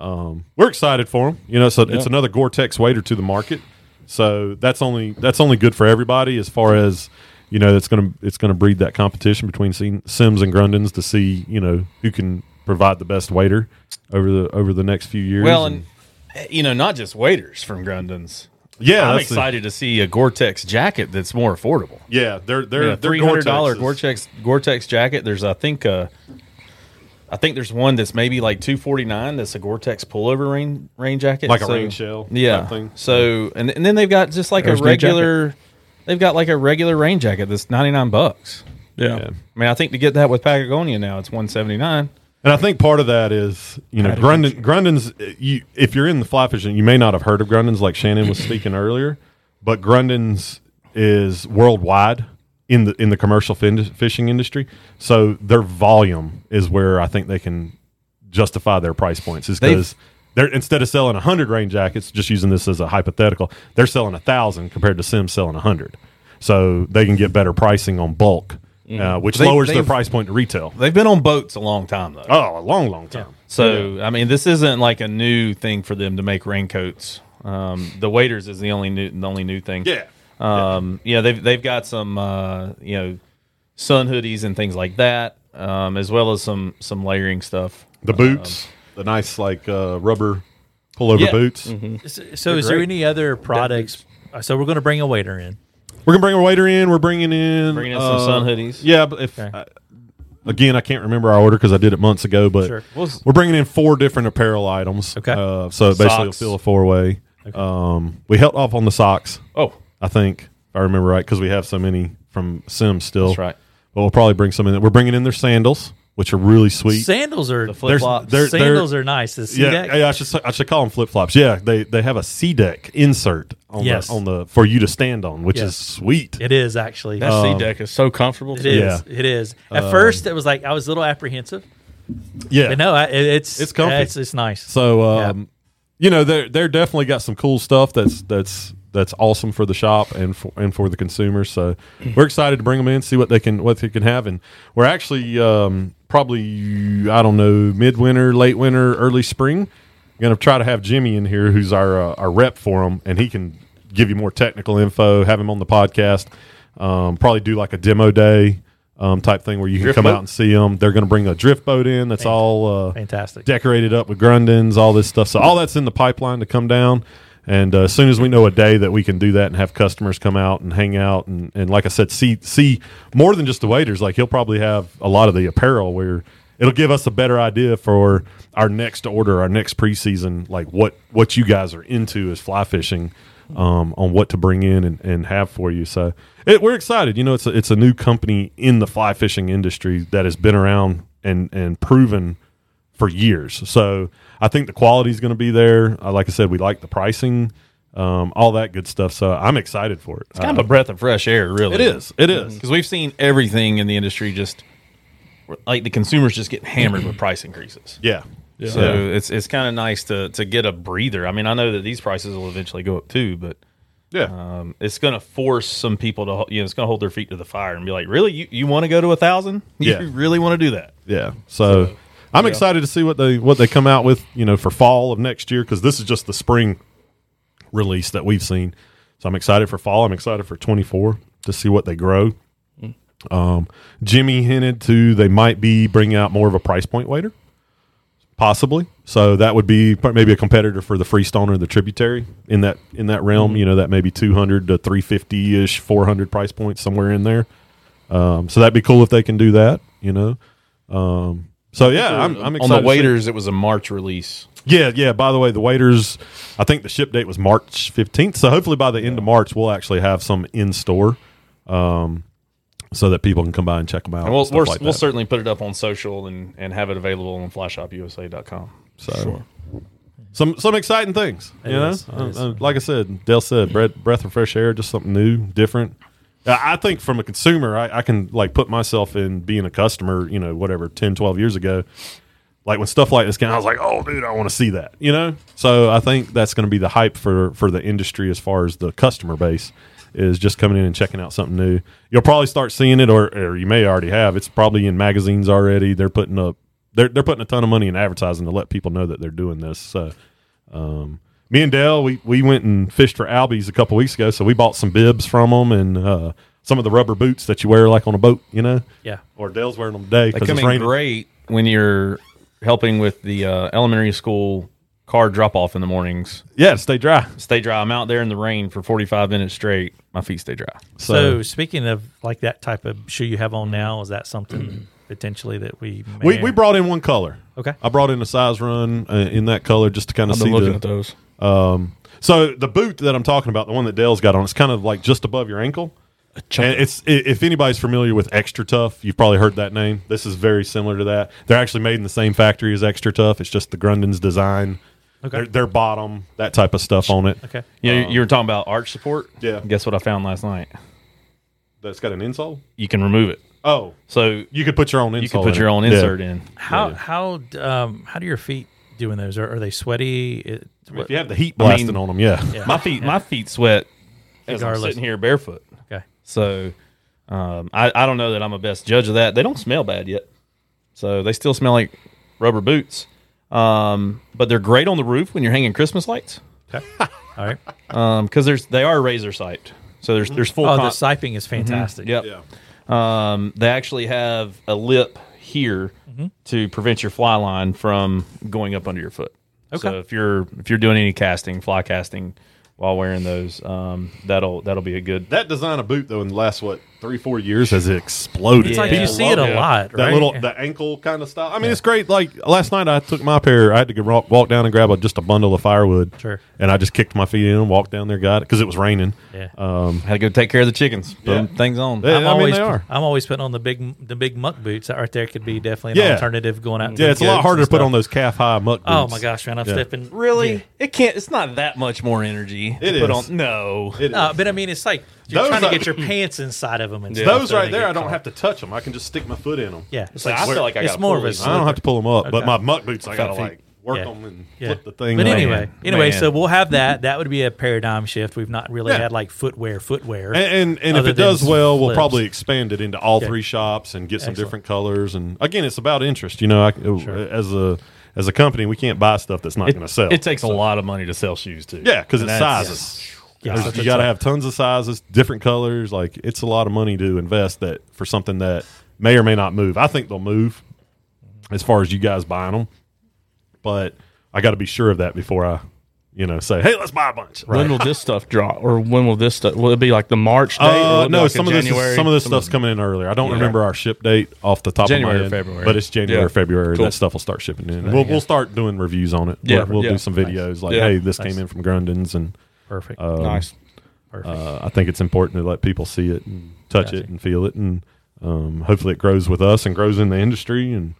S4: Um, we're excited for them. You know, so it's another Gore-Tex wader to the market. So that's only that's only good for everybody as far as you know. That's going to it's going to breed that competition between Sim- Sims and Grundins to see you know who can provide the best wader over the over the next few years.
S3: Well, and eh, you know, not just waiters from Grundon's.
S4: yeah,
S3: I'm
S4: that's the-
S3: excited to see a Gore-Tex jacket that's more affordable.
S4: yeah, they're they're
S3: Yeah,
S4: they're
S3: three hundred dollar
S4: Gore-Texes.
S3: Gore-Tex Gore-Tex jacket. There's I think uh, I think there's one that's maybe like two forty nine. That's a Gore-Tex pullover rain rain jacket,
S4: Like a rain shell
S3: Yeah.
S4: type thing.
S3: So and and then they've got just like
S2: There's
S3: a
S2: no jacket.
S3: regular. They've got like a regular rain jacket that's ninety nine bucks.
S2: Yeah.
S4: Yeah.
S3: I mean, I think to get that with Patagonia now, it's one seventy nine.
S4: And I think part of that is, you know, Grundon, Grundon's, you, if you're in the fly fishing, you may not have heard of Grundon's like Shannon was speaking earlier, but Grundon's is worldwide in the in the commercial fin- fishing industry. So their volume is where I think they can justify their price points is
S3: They've-
S4: because they're instead of selling 100 rain jackets, just using this as a hypothetical, they're selling 1,000 compared to Sim selling 100. So they can get better pricing on bulk, uh, which
S3: Mm. They-
S4: lowers their
S3: they've-
S4: price point to retail.
S3: They've been on boats a long time though.
S4: Oh, a long, long time.
S3: So I mean, this isn't like a new thing for them to make raincoats. Um, the waiters is the only new, the only new thing.
S4: Yeah.
S3: Um, yeah, they've they've got some uh, you know sun hoodies and things like that, um, as well as some some layering stuff.
S4: The boots, Um, the nice like uh, rubber pullover
S3: Yeah. Mm-hmm.
S4: boots.
S1: So, so is there any other products? uh, So we're going to bring a waiter in.
S4: We're gonna bring our waiter in. We're bringing in uh,
S3: Bringing in some sun hoodies.
S4: Yeah, but if
S1: Okay.
S4: I- again, I can't remember our order because I did it months ago. But
S1: Sure.
S3: We'll s-
S4: we're bringing in four different apparel items.
S1: Okay.
S4: uh, so it basically will
S3: Socks.
S4: fill a four way. Um, we held off on the socks.
S3: Oh,
S4: I think if I remember right because we have so many from Sims still.
S3: That's right.
S4: But we'll probably bring some in. We're bringing in their sandals, which are really sweet.
S1: Sandals are
S3: flip flops.
S4: they're- they're-
S1: sandals are nice. The sea
S4: yeah,
S1: deck?
S4: yeah, I should say- I should call them flip flops. Yeah, they they have a C deck insert on
S1: Yes.
S4: the on the for you to stand on, which
S1: Yes.
S4: is sweet.
S1: it is actually.
S2: That sea deck is Uh, so comfortable.
S1: It
S2: too.
S1: is.
S4: Yeah. Um,
S1: It is. At first, it was like I was a little apprehensive,
S4: yeah,
S1: but no, I, it, it's
S4: It's comfy.
S1: It's, it's nice.
S4: So um, you know they're they're definitely got some cool stuff that's that's that's awesome for the shop and for and for the consumer. So we're excited to bring them in, see what they can what they can have, and we're actually um, probably I don't know midwinter, late winter, early spring. Going to try to have Jimmy in here, who's our uh, our rep for them, and he can give you more technical info. Have him on the podcast. Um, probably do like a demo day um, type thing where you can
S2: Drift
S4: come
S2: boat?
S4: out and see them. They're going to bring a drift boat in. That's all uh,
S1: Fantastic.
S4: decorated up with Grundins, all this stuff. So all that's in the pipeline to come down. And uh, as soon as we know a day that we can do that and have customers come out and hang out and, and like I said, see see more than just the waiters. Like he'll probably have a lot of the apparel where it'll give us a better idea for our next order, our next preseason, like what what you guys are into as fly fishing, um, on what to bring in and, and have for you. So it, we're excited. You know, it's a, it's a new company in the fly fishing industry that has been around and and proven for years. So I think the quality is going to be there. Uh, like I said, we like the pricing, um, all that good stuff. So I'm excited for it. Uh,
S3: kind of a breath of fresh air, really.
S4: it is. It is.
S3: because we've seen everything in the industry just like the consumers just get hammered with price increases.
S4: Yeah. Yeah.
S3: So it's it's kind of nice to to get a breather. I mean, I know that these prices will eventually go up too, but
S4: yeah.
S3: um, it's going to force some people to ho- you know it's going to hold their feet to the fire and be like, really, you, you want to go to a thousand?
S4: Yeah.
S3: You really want to do that?
S4: Yeah. So I'm excited to see what they what they come out with, you know, for fall of next year because this is just the spring release that we've seen. So I'm excited for fall. I'm excited for 24 to see what they grow. Um, Jimmy hinted to they might be bringing out more of a price point waiter, possibly. So that would be p- maybe a competitor for the Freestone or the Tributary in that in that realm.
S5: Mm-hmm.
S4: You know, that maybe 200 to 350 ish, 400 price point somewhere in there. Um, so that'd be cool if they can do that. You know. Um, so yeah, I'm, I'm
S5: on
S4: excited
S5: the
S4: to see-
S5: waiters, it was a March release.
S4: yeah, yeah. By the way, the waiters, I think the ship date was March 15th. So hopefully by the end of March, we'll actually have some in store um, so that people can come by and check them out.
S3: And we'll
S4: and stuff
S3: we're,
S4: like
S3: we'll
S4: that.
S3: certainly put it up on social and, and have it available on flyshopusa.com.
S4: So, some some exciting things. you know,
S1: is, it
S4: Uh,
S1: is.
S4: uh, like I said, Dale said, breath, breath of fresh air, just something new, different. I I think from a consumer, I, I can like put myself in being a customer. You know, whatever 10, 12 years ago, like when stuff like this came, out, I was like, oh, dude, I want to see that. You know, so I think that's going to be the hype for for the industry as far as the customer base. Is just coming in and checking out something new. You'll probably start seeing it, or, or you may already have. It's probably in magazines already. They're putting up they're they're putting a ton of money in advertising to let people know that they're doing this. So, um, me and Dale, we we went and fished for Albies a couple weeks ago, so we bought some bibs from them and uh, some of the rubber boots that you wear like on a boat, you know.
S1: Yeah.
S4: Or Dale's wearing them today
S3: They
S4: because
S3: come
S4: it's
S3: in
S4: raining.
S3: great when you're helping with the uh, elementary school car drop off in the mornings.
S4: Yeah, to stay dry.
S3: Stay dry. I'm out there in the rain for 45 minutes straight. My feet stay dry.
S1: So,
S4: So, Mm-hmm.
S1: speaking of like that type of shoe you have on now, is that something potentially that we may
S4: we we brought in one color.
S1: Okay.
S4: I brought in a size run uh, in that color just to kind of
S2: I've
S4: see
S2: been looking
S4: the,
S2: at those.
S4: Um, so the boot that I'm talking about, the one that Dale's got on, it's kind of like just above your ankle. And it's i- if anybody's familiar with Extra Tough, you've probably heard that name. This is very similar to that. They're actually made in the same factory as Extra Tough. It's just the Grundon's design,
S1: Okay.
S4: their, their bottom, that type of stuff on it.
S1: okay.
S3: You,
S4: Uh-huh.
S3: know, you were talking about arch support.
S4: Yeah.
S3: Guess what I found last night?
S4: That's got an insole.
S3: You can remove it.
S4: Oh,
S3: So
S4: you could put your own insole.
S3: you can put
S4: in
S3: your
S4: it.
S3: own
S4: Yeah.
S3: insert in.
S1: How how um, how do your feet do in those? Are, are they sweaty? It,
S4: If you have the heat
S3: I mean-
S4: blasting on them, yeah.
S1: Yeah.
S3: My feet, my feet sweat as I'm
S1: Regardless.
S3: sitting here barefoot.
S1: okay.
S3: So um, I, I don't know that I'm a best judge of that. They don't smell bad yet. So they still smell like rubber boots. Um, but they're great on the roof when you're hanging Christmas lights
S1: All right.
S3: because there's they are razor siped. So there's there's full
S1: Oh, the
S3: con-
S1: siping
S4: Mm-hmm.
S1: is fantastic.
S3: Yep.
S4: Yeah.
S3: Um, they actually have a lip here
S4: Mm-hmm.
S3: to prevent your fly line from going up under your foot.
S1: Okay.
S3: So if you're if you're doing any casting, fly casting while wearing those, um, that'll that'll be a good
S4: That design of boot though in the last what three four years has exploded.
S1: It's like
S3: Yeah.
S1: you see it a lot,
S4: that
S1: right?
S4: little the ankle kind of style. I mean, it's great. Like last night, I took my pair. I had to go walk, walk down and grab a, just a bundle of firewood.
S1: Sure.
S4: And I just kicked my feet in, walked down there, got it because it was raining. Uh,
S1: Yeah.
S3: um, Had to go take care of the chickens. Put
S4: Yeah.
S3: them things on.
S4: Yeah, I mean,
S1: always,
S4: they are.
S1: I'm always putting on the big the big muck boots. That right there could be definitely an
S4: Yeah.
S1: alternative going out. and
S4: Yeah, it's a
S1: doing
S4: lot
S1: gigs
S4: harder
S1: and
S4: to put
S1: stuff.
S4: on those calf high muck boots.
S1: Oh my gosh, man! I'm
S4: Yeah.
S1: stepping
S3: Really?
S1: Yeah.
S3: It can't. It's not that much more energy.
S4: It
S3: to put
S4: is.
S3: on. No.
S4: It is.
S1: No, uh, but I mean, it's like you're
S4: Those
S1: trying to
S4: are-
S1: get your pants inside of them. And stuff,
S4: Those
S1: so
S4: right
S1: they
S4: there,
S1: get
S4: I don't
S1: caught.
S4: have to touch them. I can just stick my foot in them.
S1: Yeah, it's
S3: See,
S1: like
S3: I feel like I
S1: it's
S3: gotta
S1: more of
S3: pull
S1: a.
S3: these.
S4: I don't have to pull them up, but
S1: Okay.
S4: my muck boots, I got to
S3: Felt
S4: like
S3: like-
S4: work
S1: Yeah.
S4: them and
S1: Yeah.
S4: flip the thing.
S1: But
S4: up.
S1: anyway,
S3: Man.
S1: anyway, so
S3: Man.
S1: we'll have that. That would be a paradigm shift. We've not really
S4: Yeah.
S1: had like footwear, footwear,
S4: And and, and if
S1: other
S4: it does
S1: than
S4: well, we'll
S1: flips.
S4: probably expand it into all
S1: Yeah.
S4: three shops and get some
S1: Excellent.
S4: different colors. And again, it's about interest. You know, I, uh, as a as a company, we can't buy stuff that's not going to sell.
S3: It takes a lot of money to sell shoes too.
S4: yeah, because
S3: And
S4: it's
S3: that's-
S4: sizes.
S1: Yeah,
S4: There's-
S1: so
S4: you
S1: it's
S4: got to
S1: like-
S4: have tons of sizes, different colors. Like it's a lot of money to invest that for something that may or may not move. I think they'll move as far as you guys buying them, but I got to be sure of that before I, you know, say, hey, let's buy a bunch.
S2: When will this stuff drop, or when will this stuff? Will it be like the March date? or will it
S4: Uh,
S2: be
S4: no,
S2: like a
S4: some of this
S2: January?
S4: is, some of this stuff's coming in earlier. I don't remember our ship date off the top
S3: January or
S4: of my head,
S3: February.
S4: but it's January,
S2: Yeah.
S4: February.
S2: Cool.
S4: That stuff will start shipping in. We'll, we'll start doing reviews on it.
S2: Yeah.
S4: we'll, we'll
S2: Yeah.
S4: do some videos like,
S2: Yeah.
S4: hey, this came in from Grundon's, and
S1: perfect.
S3: Uh,
S4: um,
S2: nice.
S1: perfect.
S4: uh, I think it's important to let people see it, and
S2: Mm.
S4: touch it, and feel it, and um, hopefully it grows with us and grows in the industry. And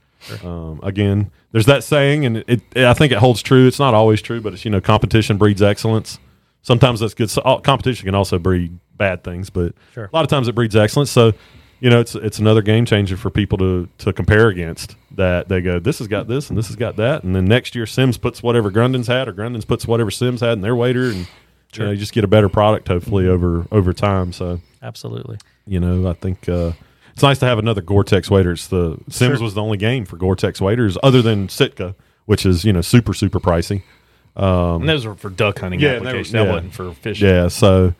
S4: um, again, there's that saying, and it, it- I think it holds true. It's not always true, but it's you know competition breeds excellence. Sometimes that's good. So, all, competition can also breed bad things, but
S1: Sure.
S4: a lot of times it breeds excellence. So you know it's it's another game changer for people to to compare against. That they go, this has got this, and this has got that, and then next year Sims puts whatever Grundon's had, or Grundon's puts whatever Sims had in their waiter, and you know you just get a better product hopefully over over time. So
S1: Absolutely.
S4: you know i think uh It's nice to have another Gore-Tex waiter. It's the Sims was the only game for Gore-Tex waiters, other than Sitka, which is you know super super pricey.
S3: and those were for duck hunting
S4: Yeah, they were-
S3: applications.
S4: yeah.
S3: That wasn't for fishing.
S4: Yeah, so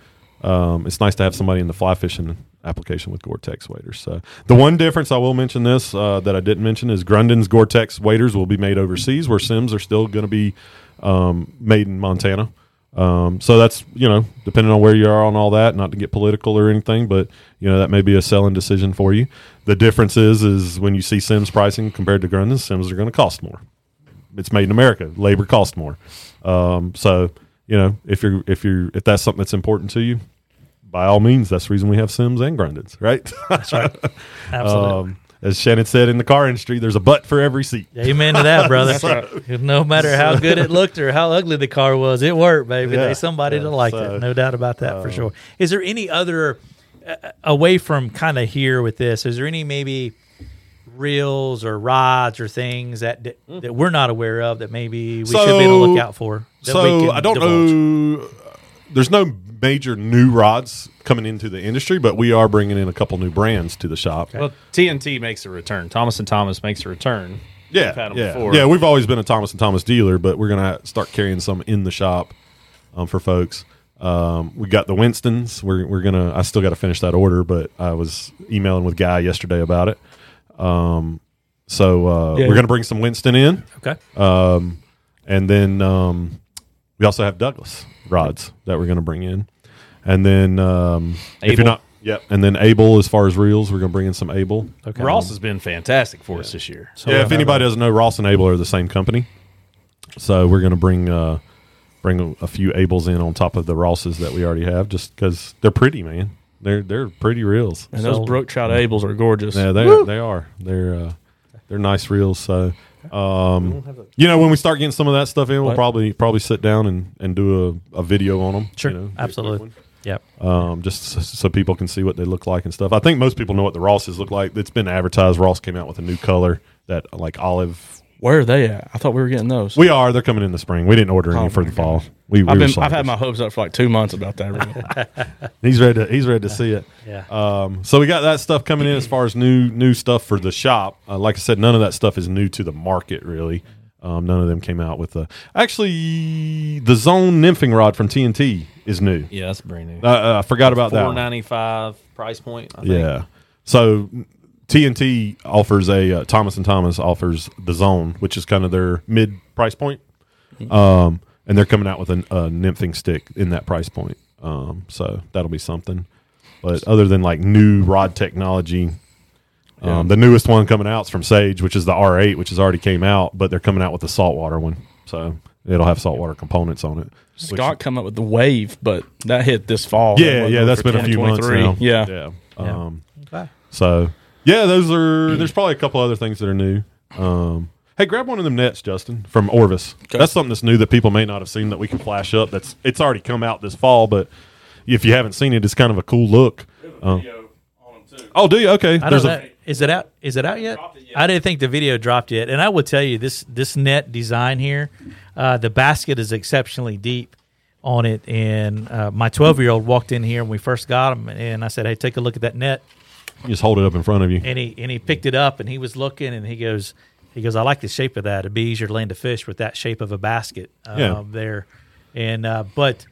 S4: um, it's nice to have somebody in the fly fishing application with Gore-Tex waders. So the one difference I will mention this uh, that I didn't mention is Grundon's Gore-Tex waders will be made overseas, where Sims are still going to be um, made in Montana. Um, so that's you know depending on where you are on all that, not to get political or anything, but you know that may be a selling decision for you. The difference is is when you see Sims pricing compared to Grundon's, Sims are going to cost more it's made in America. Labor costs more. Um, so you know if you're if you're if that's something that's important to you, by all means, that's the reason we have Sims and Grundins, right?
S1: Um,
S4: That's right.
S3: uh,
S1: Absolutely.
S4: um, as Shannon said in the car industry, there's a butt for every seat.
S1: Amen to that, brother. No matter how good it looked or how ugly the car was, it worked, baby.
S4: Yeah,
S1: There's somebody
S4: yeah,
S1: that liked
S4: so, um,
S1: it, no doubt about that for sure. Is there any other uh, away from kind of here with this? Is there any maybe reels or rods or things that that, that we're not aware of that maybe we should be on the
S4: Hmm. So-
S1: lookout for? That we
S4: so
S1: can
S4: I don't
S1: divulge?
S4: know. There's no major new rods coming into the industry, but we are bringing in a couple new brands to the shop.
S3: Well, TNT makes a return. Thomas and Thomas makes a return.
S4: Yeah,
S3: We've had 'em
S4: yeah,
S3: before.
S4: yeah. We've always been a Thomas and Thomas dealer, but we're gonna start carrying some in the shop um, for folks. Um, we got the Winston's. We're we're gonna. I still got to finish that order, but I was emailing with Guy yesterday about it. Um, so uh,
S2: Yeah.
S4: we're gonna bring some Winston in,
S1: Okay,
S4: um, and then um, we also have Douglas rods that we're gonna bring in, and then um, if
S3: Abel.
S4: you're not, yep, and then Abel as far as reels, we're gonna bring in some Abel.
S1: okay.
S3: Ross has been fantastic for us this year.
S1: So
S4: yeah,
S1: we'll
S4: if
S1: have
S4: anybody doesn't know, Ross and Abel are the same company. So we're going to bring uh, bring a, a few Abels in on top of the Rosses that we already have, just because they're pretty, man. They're they're pretty reels.
S2: And those
S1: So-
S2: brook trout abels are gorgeous.
S4: Yeah, they they are. They're uh, they're nice reels. So, um, you know, when we start getting some of that stuff in, we'll
S2: What?
S4: probably probably sit down and, and do a, a video on them.
S1: Sure,
S4: you know, do a quick
S1: absolutely.
S4: one.
S1: Yep.
S4: Um, just so, so people can see what they look like and stuff. I think most people know what the Rosses look like. It's been advertised. Ross came out with a new color that like olive
S2: Where are they at? I thought we were getting those.
S4: We are. They're coming in the spring. We didn't order any
S2: Oh,
S4: for
S2: my
S4: the fall. We, we
S2: I've
S4: were
S2: been.
S4: sold
S2: I've had
S4: this.
S2: my hopes up for like two months about that. reel.
S4: He's ready. To, he's ready to see it.
S1: Yeah.
S4: Um, so we got that stuff coming in as far as new new stuff for the shop. Uh, like I said, none of that stuff is new to the market really. Um, none of them came out with the. Actually, the zone nymphing rod from TNT is new.
S3: Yeah, that's brand new.
S4: Uh, uh, I forgot about that.
S3: Four
S4: one.
S3: ninety five price point. I think.
S4: Yeah. So TNT offers a uh, Thomas and Thomas offers the zone, which is kind of their mid price point. Um, and they're coming out with an, a nymphing stick in that price point. Um, so that'll be something. But other than like new rod technology,
S2: Yeah.
S4: um, the newest one coming out is from Sage, which is the R8, which has already came out, but they're coming out with the saltwater one. So it'll have saltwater components on it. which-
S2: Scott come up with the wave, but that hit this fall. That
S4: yeah,
S2: wasn't
S4: yeah,
S2: one
S4: that's
S2: for
S4: been a few months
S2: 2023.
S4: now.
S2: Yeah.
S4: yeah.
S1: Yeah.
S4: Um,
S1: Okay.
S4: so yeah, those are there's probably a couple other things that are new. Um, hey, grab one of them nets, Justin, from Orvis. That's something that's new that people may not have seen that we can flash up. That's it's already come out this fall, but if you haven't seen it, it's kind of a cool look. Uh, oh, do you? Okay.
S1: I don't know. Is it out? Is it out yet? I didn't think the video dropped yet. And I will tell you this: this net design here, uh, the basket is exceptionally deep on it. And uh, my twelve-year-old walked in here when we first got him, and I said, "Hey, take a look at that net."
S4: you just hold it up in front of you.
S1: And he and he picked it up, and he was looking, and he goes, "He goes, I like the shape of that. It'd be easier to land a fish with that shape of a basket uh,
S4: Yeah.
S1: there." And uh, but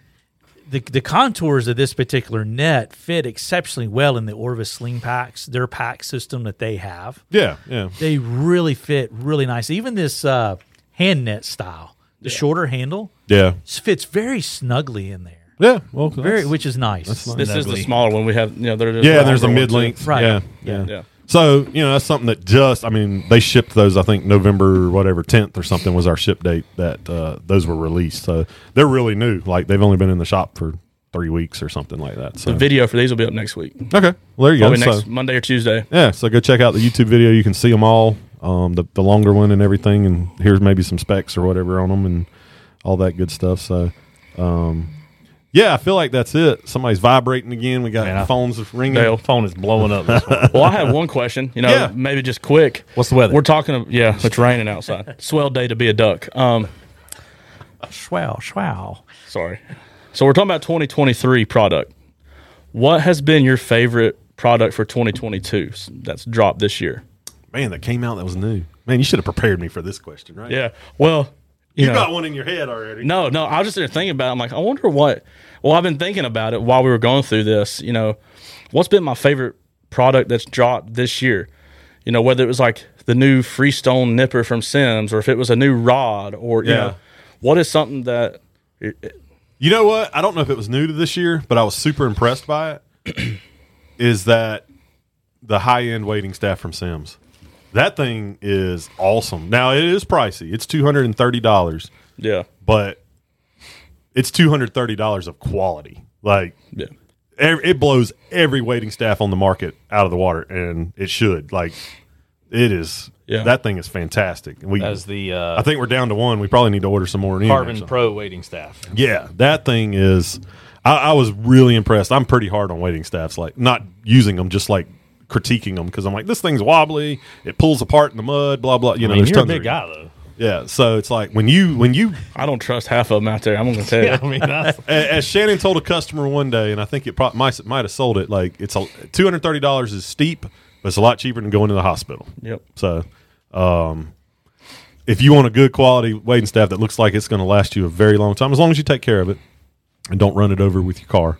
S1: the, the contours of this particular net fit exceptionally well in the Orvis sling packs, their pack system that they have.
S4: Yeah, yeah.
S1: They really fit really nice. Even this uh, hand net style, the shorter handle
S4: Yeah.
S1: s- fits very snugly in there,
S4: Yeah. Well,
S1: very
S4: that's-
S1: which is nice.
S4: nice.
S2: This is the
S3: Ugly.
S2: smaller one we have. You know, there-
S4: yeah, there's
S2: longer
S4: a
S2: one,
S4: mid length.
S2: too.
S1: Right.
S4: Yeah,
S1: Yeah.
S4: yeah.
S2: Yeah.
S4: So, you know, that's something that just, I mean, they shipped those, I think, November, whatever, 10th or something was our ship date that uh, those were released. So they're really new. Like they've only been in the shop for three weeks or something like that. So,
S2: The video for these will be up next week.
S4: okay. Well, there you go.
S2: Probably next
S4: So,
S2: Monday or Tuesday.
S4: yeah. So go check out the YouTube video. You can see them all, um, the, the longer one and everything. And here's maybe some specs or whatever on them and all that good stuff. So, um, yeah, I feel like that's it. Somebody's vibrating again. We got
S3: Man, I-
S4: phones ringing.
S2: Dale.
S3: phone is blowing up. This one.
S2: Well, I have one question. You know,
S4: Yeah.
S2: maybe just quick.
S3: What's the weather?
S2: We're talking. Of, yeah, it's raining outside. Swell day to be a duck. Um,
S1: Schwow, schwow.
S2: sorry. So we're talking about 2023 product. What has been your favorite product for 2022 s- that's dropped this year.
S4: Man, that came out that was new. Man, you should have prepared me for this question, right?
S2: Yeah. Well,
S4: You,
S2: know.
S4: got one in your head already.
S2: No, no. I was just there thinking about it. I'm like, I wonder what. Well, I've been thinking about it while we were going through this. You know, what's been my favorite product that's dropped this year? You know, whether it was like the new Freestone nipper from Sims or if it was a new rod or, you
S4: Yeah.
S2: know, what is something that.
S4: You know what? I don't know if it was new to this year, but I was super impressed by it. is that the high end waiting staff from Sims? That thing is awesome. Now it is pricey. It's two hundred and thirty dollars,
S2: Yeah.
S4: but it's two hundred thirty dollars of quality. Like
S2: Yeah.
S4: ev- it blows every waiting staff on the market out of the water, and it should. Like it is.
S2: Yeah.
S4: That thing is fantastic. And We,
S5: as the
S4: I
S5: uh,
S4: think we're down to one. We probably need to order some more. in or
S5: Carbon
S4: something.
S5: Pro waiting staff.
S4: Yeah, that thing is. I, I was really impressed. I'm pretty hard on waiting staffs, like not using them, just like critiquing them because I'm like, this thing's wobbly. It pulls apart in the mud. Blah blah. You know,
S5: I mean,
S4: there's
S5: you're a
S4: tons
S5: big
S4: of
S5: guy though.
S4: yeah. So it's like when you when you
S2: I don't trust half of them out there. I'm going to tell you.
S5: I mean, that's,
S4: a- as Shannon told a customer one day, and I think it probably might, might have sold it. Like it's a two hundred thirty dollars is steep, but it's a lot cheaper than going to the hospital.
S2: Yep.
S4: So, um, if you want a good quality waiting staff that looks like it's going to last you a very long time, as long as you take care of it and don't run it over with your car,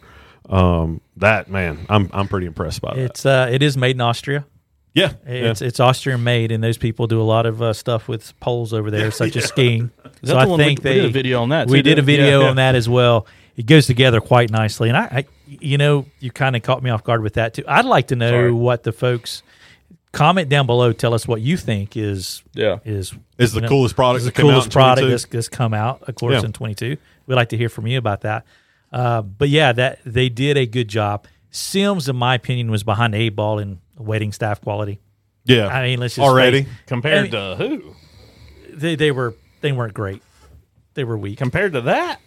S4: um, that man, I'm I'm pretty impressed by that.
S1: It's uh, it is made in Austria.
S4: Yeah,
S1: It's
S4: yeah.
S1: it's Austrian made, and those people do a lot of uh, stuff with poles over there, such as skiing. so
S2: the
S1: I
S2: one we-
S1: think
S2: we
S1: they
S2: did a video on that,
S1: We
S2: too,
S1: did a
S2: didn't we?
S1: video
S2: Yeah.
S1: on that as well. It goes together quite nicely, and I, I you know, you kind of caught me off guard with that too. I'd like to know
S2: Sorry.
S1: what the folks comment down below. Tell us what you think is
S2: Yeah.
S1: is
S4: Is the
S1: you know,
S4: coolest product
S1: is
S4: that
S1: the
S4: came out
S1: coolest
S4: in
S1: product
S4: 22?
S1: that's, that's come out, of course,
S4: Yeah.
S1: in twenty two. We'd like to hear from you about that. Uh, but yeah, that they did a good job. Sims, in my opinion, was behind the eight ball in waiting staff quality.
S4: yeah.
S1: I mean, let's just
S4: already.
S5: compared to
S1: I
S5: who?
S1: They, they were they weren't great. They were weak.
S5: Compared to that?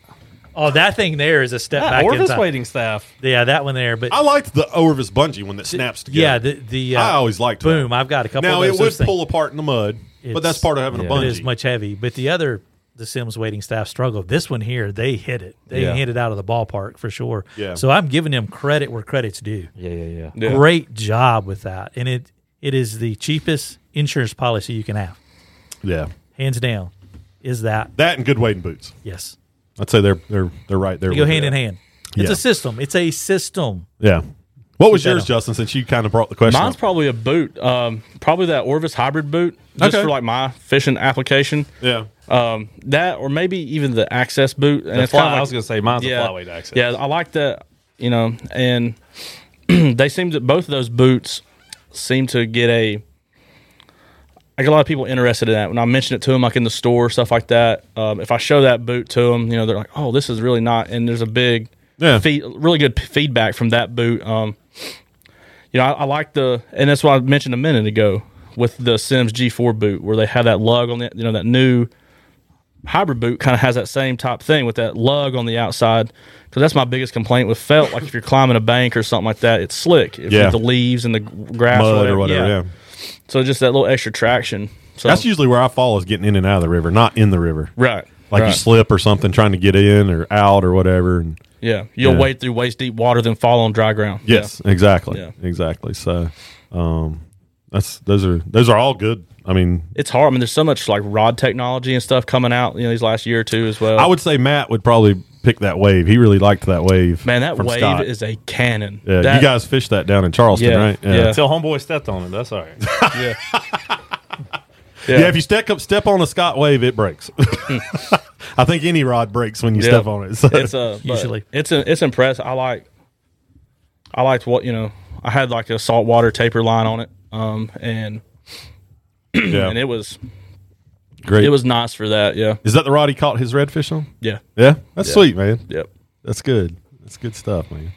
S1: Oh, that thing there is a step
S5: That
S1: back. in
S5: Orvis
S1: time.
S5: waiting staff.
S1: Yeah, that one there. But
S4: I liked the Orvis bungee one that snaps together.
S1: yeah, the the uh,
S4: I always liked that.
S1: boom. I've got a couple.
S4: now
S1: of
S4: it
S1: those,
S4: would
S1: those things.
S4: pull apart in the mud, but
S1: It's-
S4: that's part of having a
S1: Yeah.
S4: bungee.
S1: It is much heavy, but the other the Sims waiting staff struggle. This one here, they hit it. They
S3: Yeah.
S1: hit it out of the ballpark for sure.
S4: Yeah.
S1: So I'm giving them credit where credit's due.
S3: Yeah, yeah, yeah.
S2: Yeah.
S1: Great job with that, and it it is the cheapest insurance policy you can have,
S4: yeah,
S1: hands down. Is that
S4: that and good wading boots.
S1: yes?
S4: I'd say they're they're they're right there.
S1: They go
S4: with
S1: hand
S4: you.
S1: in hand. It's
S4: Yeah.
S1: a system. It's a system.
S4: Yeah. What was
S1: Keep that
S4: yours,
S1: up.
S4: Justin? Since you kind of brought the question,
S2: Mine's
S4: up?
S2: probably a boot. Um, probably that Orvis hybrid boot, just
S4: Okay.
S2: for like my fishing application.
S4: yeah.
S2: Um, that or maybe even the access boot. And
S3: That's
S2: it's kind
S3: Uh,
S2: of
S3: fly, I
S2: like,
S3: was gonna say mine's a flyweight access.
S2: Yeah, I like that. You know, and they seem that both of those boots seem to get a. I get a lot of people interested in that. When I mention it to them, like in the store, stuff like that. Um, if I show that boot to them, you know, they're like, "Oh, this is really not." And there's a big,
S4: Yeah.
S2: feed, really good p- feedback from that boot. Um, you know, I, I like the, and that's what I mentioned a minute ago with the Sims G4 boot, where they have that lug on it. You know, that new hybrid boot kind of has that same type thing with that lug on the outside. Because that's my biggest complaint with felt. Like if you're climbing a bank or something like that, it's slick. If
S4: Yeah.
S2: the leaves and the grass
S4: Mud or whatever. Yeah.
S2: So just that little extra traction. So
S4: That's usually where I fall is getting in and out of the river, not in the river.
S2: right.
S4: Like you
S2: right.
S4: slip or something trying to get in or out or whatever. And
S2: yeah, you'll
S4: Yeah.
S2: wade through waist deep water, then fall on dry ground.
S4: yes, exactly.
S2: Yeah.
S4: Exactly. So um that's those are those are all good. I mean
S2: it's hard. I mean, there's so much like rod technology and stuff coming out, you know, these last year or two as well.
S4: I would say Matt would probably pick that wave. He really liked that wave.
S2: man, that
S4: from
S2: wave
S4: Scott.
S2: is a cannon.
S4: yeah,
S2: That-
S4: you guys fished that down in Charleston,
S2: Yeah,
S4: right?
S2: yeah.
S3: Until homeboy stepped on it. That's all right.
S2: yeah.
S4: Yeah, if you step up, step on a Scott wave, it breaks. I think any rod breaks when you
S2: Yeah.
S4: step on it. So.
S2: it's a
S1: Usually.
S2: usually it's a, it's impressive. I like I liked what you know. I had like a saltwater taper line on it, um, and
S4: yeah,
S2: and it was
S4: great.
S2: it was nice for that. Yeah,
S4: Is that the rod he caught his redfish on?
S2: yeah,
S4: Yeah, that's sweet, man.
S2: yep.
S4: That's good. That's good stuff, man.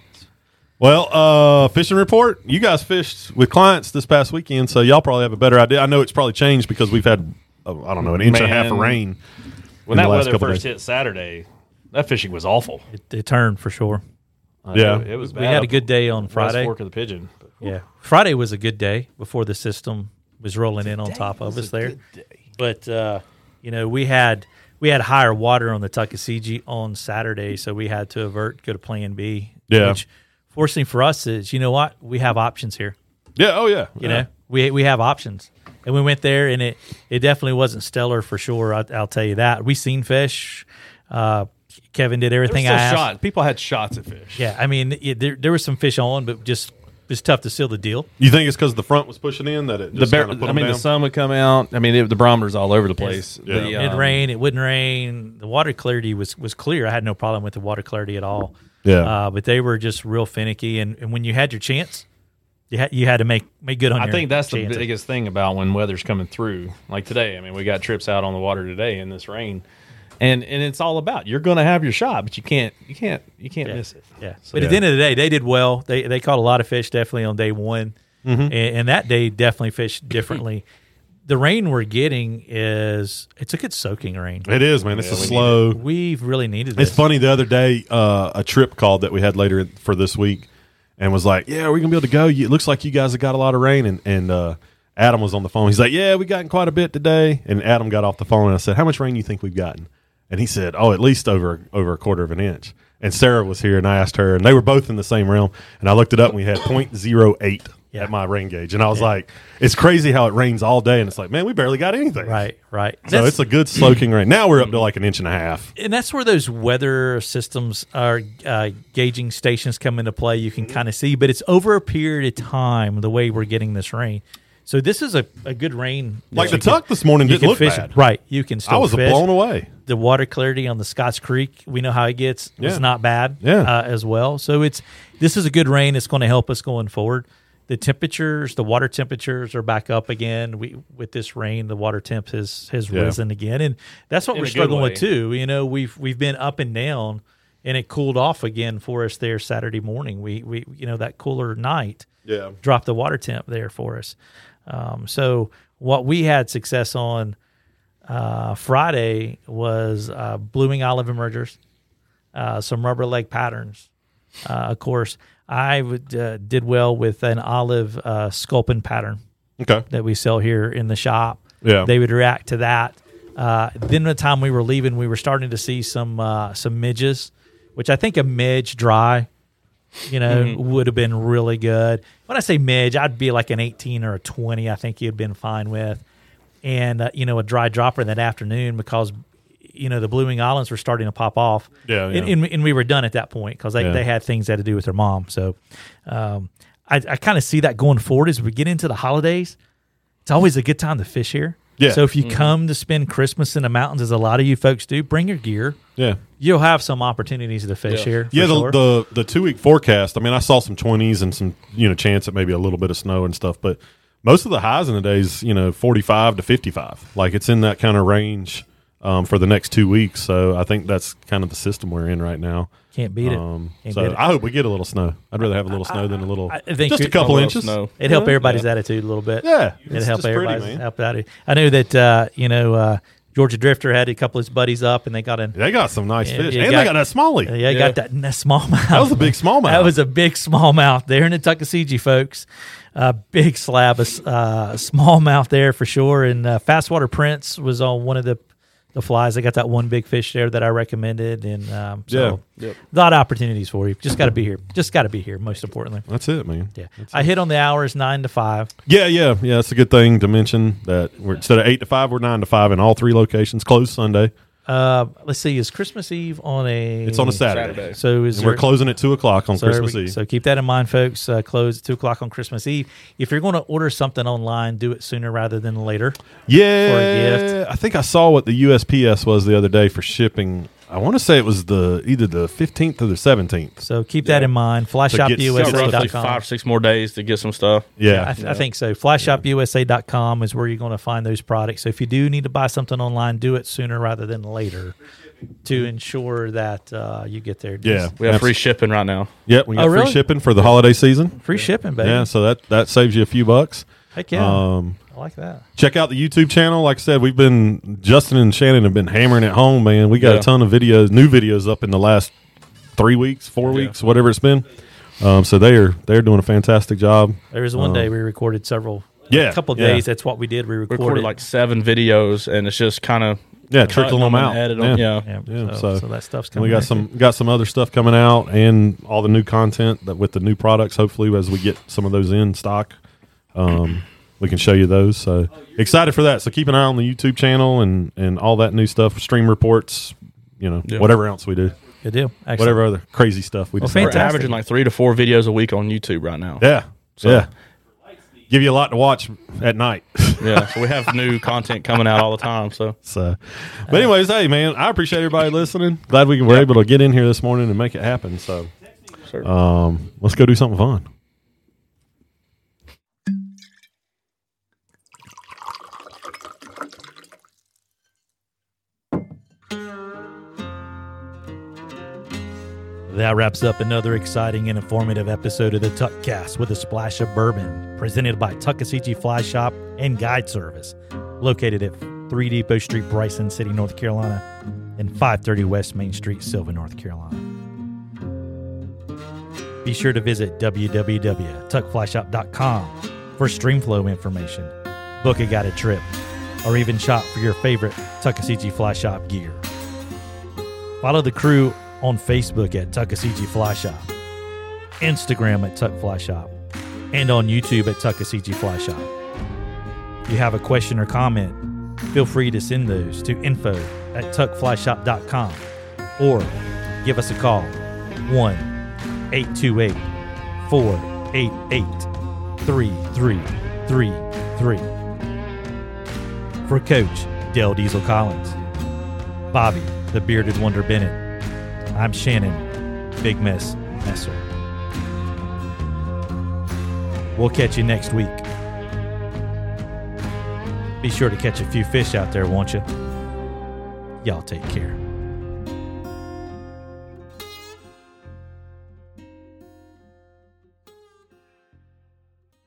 S4: Well, uh, fishing report. You guys fished with clients this past weekend, so y'all probably have a better idea. I know it's probably changed because we've had, uh, I don't know, an inch and a half of
S5: Man.
S4: rain.
S3: When
S4: in
S3: that
S4: the last
S3: weather
S4: couple
S3: first
S4: days.
S3: hit Saturday, that fishing was awful.
S1: It, it turned for sure.
S3: Uh,
S4: Yeah.
S3: it, it was. Bad
S1: We had a
S3: up
S1: good day on
S3: West
S1: Friday.
S3: Fork of the Pigeon.
S1: Yeah, Friday was a good day before the system was rolling in on top of us there. But uh, you know, we had we had higher water on the Tuckasegee on Saturday, so we had to avert, go to Plan B.
S4: Yeah.
S1: Which Worst thing for us is, you know what? We have options here.
S4: Yeah. Oh yeah.
S1: You know, we we have options, and we went there, and it it definitely wasn't stellar for sure. I, I'll tell you that. We seen fish. Uh, Kevin did everything I asked.
S5: shot. People had shots at fish.
S1: Yeah, I mean, it, there there was some fish on, but just it's tough to seal the deal.
S4: You think it's because the front was pushing in that it
S3: The
S4: just
S3: bar-
S4: kinda put
S3: I
S4: them
S3: mean, the
S4: down?
S3: sun would come out. I mean, it, the barometer's all over the place.
S4: Yeah.
S3: The,
S1: It
S3: um,
S1: rained. It wouldn't rain. The water clarity was was clear. I had no problem with the water clarity at all.
S4: Yeah.
S1: Uh, but they were just real finicky, and, and when you had your chance, you had you had to make make good on.
S3: I
S1: your
S3: think that's
S1: chances.
S3: the biggest thing about when weather's coming through. Like today, I mean, we got trips out on the water today in this rain, and and it's all about you're going to have your shot, but you can't you can't you can't
S1: Yeah.
S3: miss it.
S1: Yeah. but at the end of the day, they did well. They they caught a lot of fish definitely on day one, and, and that day definitely fished differently. the rain we're getting is it's a good soaking rain.
S4: it is, man. It's a slow.
S1: We've really needed this.
S4: It's funny. The other day, uh, a trip called that we had later in- for this week, and was like, "Yeah, we're gonna be able to go." You- It looks like you guys have got a lot of rain, and and uh, Adam was on the phone. He's like, "Yeah, we gotten quite a bit today." And Adam got off the phone, and I said, "How much rain you think we've gotten?" And he said, "Oh, at least over over a quarter of an inch." And Sarah was here, and I asked her, and they were both in the same realm. And I looked it up, and we had 0.08
S1: Yeah.
S4: at my rain gauge, and I was like, "It's crazy how it rains all day," and it's like, "Man, we barely got anything."
S1: Right. Right.
S4: So
S1: That's- Mm-hmm.
S4: it's a good soaking rain. Now we're up to like an inch and a half.
S1: and that's where those weather systems are uh, gauging stations come into play. You can
S4: Mm-hmm.
S1: kind of see, but it's over a period of time the way we're getting this rain. So this is a, a good rain. that
S4: Like
S1: you
S4: the tuck this morning
S1: you
S4: didn't
S1: can
S4: look
S1: fish
S4: bad.
S1: right. You can still.
S4: I was
S1: fish.
S4: blown away.
S1: The water clarity on the Scotts Creek, we know how it gets.
S4: Yeah.
S1: It's not bad.
S4: Yeah.
S1: uh, as well. So it's this is a good rain. It's going to help us going forward. The temperatures, the water temperatures are back up again. We with this rain, the water temp has has
S4: Yeah.
S1: risen again, and that's what
S3: In
S1: we're
S3: a good
S1: struggling
S3: way.
S1: with too. You know, we've we've been up and down, and it cooled off again for us there Saturday morning. We we you know that cooler night
S4: Yeah.
S1: dropped the water temp there for us. Um, so what we had success on uh, Friday was uh, blooming olive emergers, uh, some rubber leg patterns. Uh, of course, I would, uh, did well with an olive uh, sculpin pattern
S4: Okay.
S1: that we sell here in the shop.
S4: Yeah.
S1: They would react to that. Uh, then the time we were leaving, we were starting to see some uh, some midges, which I think a midge dry, you know,
S4: Mm-hmm.
S1: would have been really good. When I say midge, I'd be like an 18 or a 20. I think you'd been fine with, and uh, you know, a dry dropper that afternoon because you know the blooming islands were starting to pop off.
S4: Yeah,
S1: And,
S4: yeah.
S1: and, and we were done at that point because they,
S4: Yeah.
S1: they had things they had to do with their mom. So um, I, I kind of see that going forward as we get into the holidays it's always a good time to fish here.
S4: Yeah.
S1: So if you come to spend Christmas in the mountains, as a lot of you folks do, bring your gear.
S4: Yeah.
S1: You'll have some opportunities to fish here. for
S4: Yeah, the,
S1: sure.
S4: the the two week forecast. I mean, I saw some twenties and some you know chance at maybe a little bit of snow and stuff, but most of the highs in the days you know forty five to fifty five. Like it's in that kind of range um, for the next two weeks. So I think that's kind of the system we're in right now.
S1: can't beat it.
S4: Um,
S1: can't beat
S4: so
S1: it.
S4: I hope we get a little snow. I'd rather have a little snow than a little,
S1: I think
S4: just a
S1: we-
S2: I
S4: couple
S2: love
S4: inches.
S2: snow.
S1: It helped everybody's attitude a little bit.
S4: Yeah,
S1: it
S4: it's
S1: helped
S4: just pretty,
S1: everybody's
S4: man.
S1: helped out. I knew that uh, you know uh, Georgia Drifter had a couple of his buddies up, and they got in.
S4: They got some nice
S1: Yeah,
S4: fish,
S1: you
S4: and
S1: got-
S4: they got that
S1: Yeah,
S4: smallie.
S1: they got that, that smallmouth. That
S4: was a big smallmouth.
S1: That was a big smallmouth there in the Tuckasegee, folks. A big slab of uh, smallmouth there for sure. And uh, Fastwater Prince was on one of the the flies. I got that one big fish there that I recommended. And um, so, a lot of opportunities for you. Just got to be here. Just got to be here. Most importantly,
S4: That's it, man.
S1: yeah. I hit on the hours nine to five.
S4: Yeah, yeah, yeah. It's a good thing to mention that we're instead of eight to five, we're nine to five in all three locations. Closed Sunday.
S1: Uh, let's see, is Christmas Eve on a?
S4: It's on a Saturday.
S2: Saturday.
S1: So is
S4: And we're
S1: there-
S4: closing at two o'clock on
S1: So,
S4: Christmas
S1: every-
S4: Eve.
S1: so keep that in mind, folks. Uh, close at two o'clock on Christmas Eve. If you're going to order something online, do it sooner rather than later. for
S4: yeah,
S1: a
S4: I think I saw what the USPS was the other day for shipping. I want to say it was the either the fifteenth or the seventeenth.
S1: So keep that in mind.
S2: Got roughly
S1: FlyShopUSA.com.
S2: five, six more days to get some stuff.
S4: Yeah,
S1: I, th- I think so. FlyShopUSA.com is where you're going to find those products. So if you do need to buy something online, do it sooner rather than later to ensure that uh, you get there.
S2: We
S4: yeah.
S2: have
S4: That's-
S2: free shipping right now.
S4: Yep, we got
S1: Oh,
S4: free
S1: really?
S4: shipping for the holiday season.
S1: Free shipping, baby.
S4: Yeah, so that that saves you a few bucks.
S1: Heck yeah.
S4: Um,
S1: I like that.
S4: check out the YouTube channel. Like I said, we've been Justin and Shannon have been hammering it home, man. We got
S2: Yeah.
S4: a ton of videos, new videos up in the last three weeks, four weeks, whatever it's been. Um, so they are they're doing a fantastic job.
S1: There was one day we recorded several.
S4: uh, Yeah,
S1: A couple of
S4: yeah.
S1: days. That's what we did. We
S2: We
S1: recorded,
S2: recorded like seven videos, and it's just kind of
S4: Yeah, trickle
S2: Cutting
S4: them out.
S2: and added 'em, yeah.
S1: Yeah,
S4: Yeah,
S1: so,
S4: so-
S1: so that stuff's
S4: And
S1: coming.
S4: we got
S1: back.
S4: some got some other stuff coming out and all the new content that with the new products. Hopefully, as we get some of those in stock, um, we can show you those. So excited for that! So keep an eye on the YouTube channel and and all that new stuff, stream reports, you know,
S2: Yeah.
S4: whatever else we do,
S1: Good deal. Excellent.
S4: whatever other crazy stuff we
S1: Well,
S4: do.
S2: We're
S1: Fantastic.
S2: averaging like three to four videos a week on YouTube right now.
S4: Yeah,
S2: So-
S4: yeah. Give you a lot to watch at night.
S2: Yeah, so we have new content coming out all the time. So
S4: So,
S2: Uh,
S4: but anyways, hey man, I appreciate everybody listening. Glad we were able to get in here this morning and make it happen. So,
S2: Sure.
S4: um, let's go do something fun.
S1: That wraps up another exciting and informative episode of the Tuckcast with a splash of bourbon, presented by Tuckasegee Fly Shop and Guide Service, located at 3 Depot Street, Bryson City, North Carolina, and 530 West Main Street, Silva, North Carolina. Be sure to visit www.tuckflyshop.com for streamflow information, book a guided trip, or even shop for your favorite Tuckasegee Fly Shop gear. Follow the crew on Facebook at Tuckasegee Fly Shop, Instagram at Tuck Fly Shop, and on YouTube at Tuckasegee Fly Shop. If you have a question or comment, feel free to send those to info at tuckflyshop.com or give us a call 1 828 488 3333. For Coach Dale Diesel Collins. Bobby, the bearded wonder Bennett. I'm Shannon, Big Miss Messer. We'll catch you next week. Be sure to catch a few fish out there, won't you? Y'all take care.